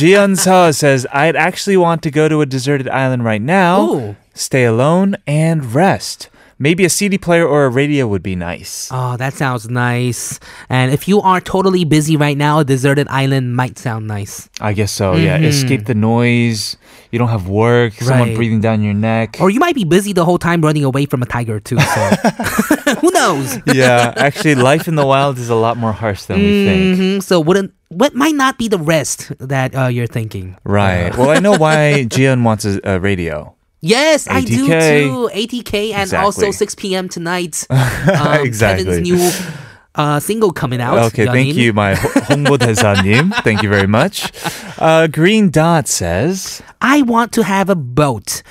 Speaker 2: Jian Seo says, "I'd actually want to go to a deserted island right now,
Speaker 1: Ooh.
Speaker 2: stay alone and rest. Maybe a CD player or a radio would be nice."
Speaker 1: Oh, that sounds nice. And if you are totally busy right now, a deserted island might sound nice.
Speaker 2: I guess so. Yeah, escape the noise. You don't have work.
Speaker 1: mm-hmm.
Speaker 2: Someone
Speaker 1: Right.
Speaker 2: breathing down your neck.
Speaker 1: Or you might be busy the whole time running away from a tiger, too. So. Who knows?
Speaker 2: yeah, actually, life in the wild is a lot more harsh than we think.
Speaker 1: Mhm, So wouldn't what might not be the rest that uh, you're thinking?
Speaker 2: Right. Well, I know why Jian wants a, a radio.
Speaker 1: Yes, I do
Speaker 2: ATK.
Speaker 1: too. ATK and also 6
Speaker 2: Exactly.
Speaker 1: p.m. tonight. Um, Kevin's
Speaker 2: Exactly.
Speaker 1: new uh, single coming out.
Speaker 2: Okay, thank
Speaker 1: 연인.
Speaker 2: you, my 홍보대사님. thank you very much. Uh, Green Dot says
Speaker 1: I want to have a boat.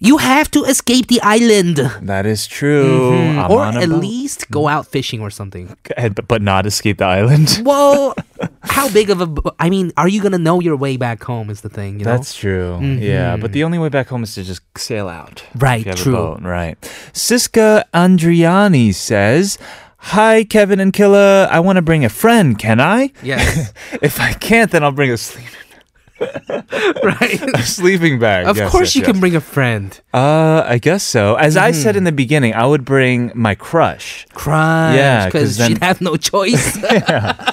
Speaker 1: You have to escape the island.
Speaker 2: that is true. I'm
Speaker 1: Mm-hmm. or
Speaker 2: on a
Speaker 1: at
Speaker 2: boat."
Speaker 1: least go out fishing or something.
Speaker 2: And- but- but not escape the island.
Speaker 1: Well, how big of a. bo- I mean, are you going to know your way back home is the thing, you know?
Speaker 2: That's true. Yeah, but the only way back home is to just sail out. if
Speaker 1: Mm-hmm. Right,
Speaker 2: you have a
Speaker 1: true.
Speaker 2: boat, Right. Siska Andriani says, "Hi, Kevin and Killa. I want to bring a friend. Can I?
Speaker 1: Yes.
Speaker 2: If I can't, then I'll bring a sleep-
Speaker 1: right?
Speaker 2: sleeping bag.
Speaker 1: Of
Speaker 2: Yes,
Speaker 1: course,
Speaker 2: yes,
Speaker 1: you
Speaker 2: yes.
Speaker 1: can bring Mm-hmm. a friend.
Speaker 2: Uh, I guess so. As I said in the beginning, I would bring my crush.
Speaker 1: Cry.
Speaker 2: Yeah, 'cause
Speaker 1: Because
Speaker 2: then-
Speaker 1: she'd have no choice.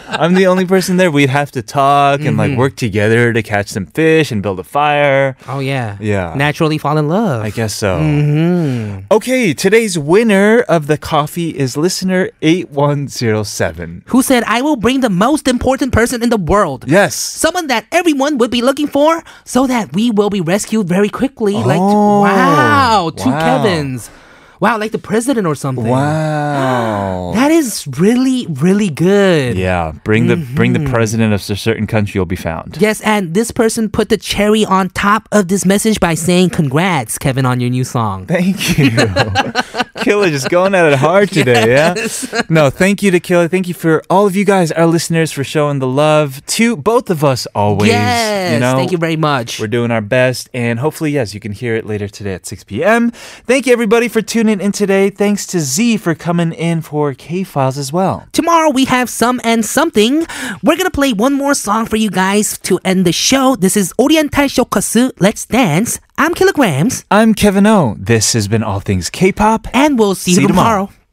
Speaker 2: I'm the only person there. We'd have to talk and
Speaker 1: Mm-hmm.
Speaker 2: like work together to catch some fish and build a fire.
Speaker 1: oh, yeah.
Speaker 2: Yeah.
Speaker 1: Naturally fall in love.
Speaker 2: I guess so.
Speaker 1: Mm-hmm.
Speaker 2: Okay, today's winner of the coffee is listener 8107.
Speaker 1: Who said, I will bring the most important person in the world?
Speaker 2: Yes.
Speaker 1: someone that everyone would be looking for so that we will be rescued very quickly. Like,
Speaker 2: Oh,
Speaker 1: wow, two
Speaker 2: wow.
Speaker 1: Kevins. Wow, like the president or something.
Speaker 2: Wow.
Speaker 1: That is really, really good.
Speaker 2: Yeah, bring the bring
Speaker 1: Mm-hmm.
Speaker 2: the president of a certain country you'll be found.
Speaker 1: Yes, and this person put the cherry on top of this message by saying, Congrats, Kevin, on your new song.
Speaker 2: Thank you. Killer just going at it hard today, yeah? No, thank you to Killer. Thank you for all of you guys, our listeners, for showing the love to both of us always.
Speaker 1: yes,
Speaker 2: you know,
Speaker 1: thank you very much.
Speaker 2: We're doing our best, and hopefully, yes, you can hear it later today at 6 p.m. Thank you, everybody, for tuning in today. Thanks to Z for coming in for K Files as well.
Speaker 1: Tomorrow we have some and something. We're gonna play one more song for you guys to end the show. This is Oriental Shokasu, Let's Dance. I'm Kilograms,
Speaker 2: I'm Kevin O. This has been All Things K pop.
Speaker 1: and we'll see,
Speaker 2: See
Speaker 1: you
Speaker 2: you tomorrow.
Speaker 1: tomorrow.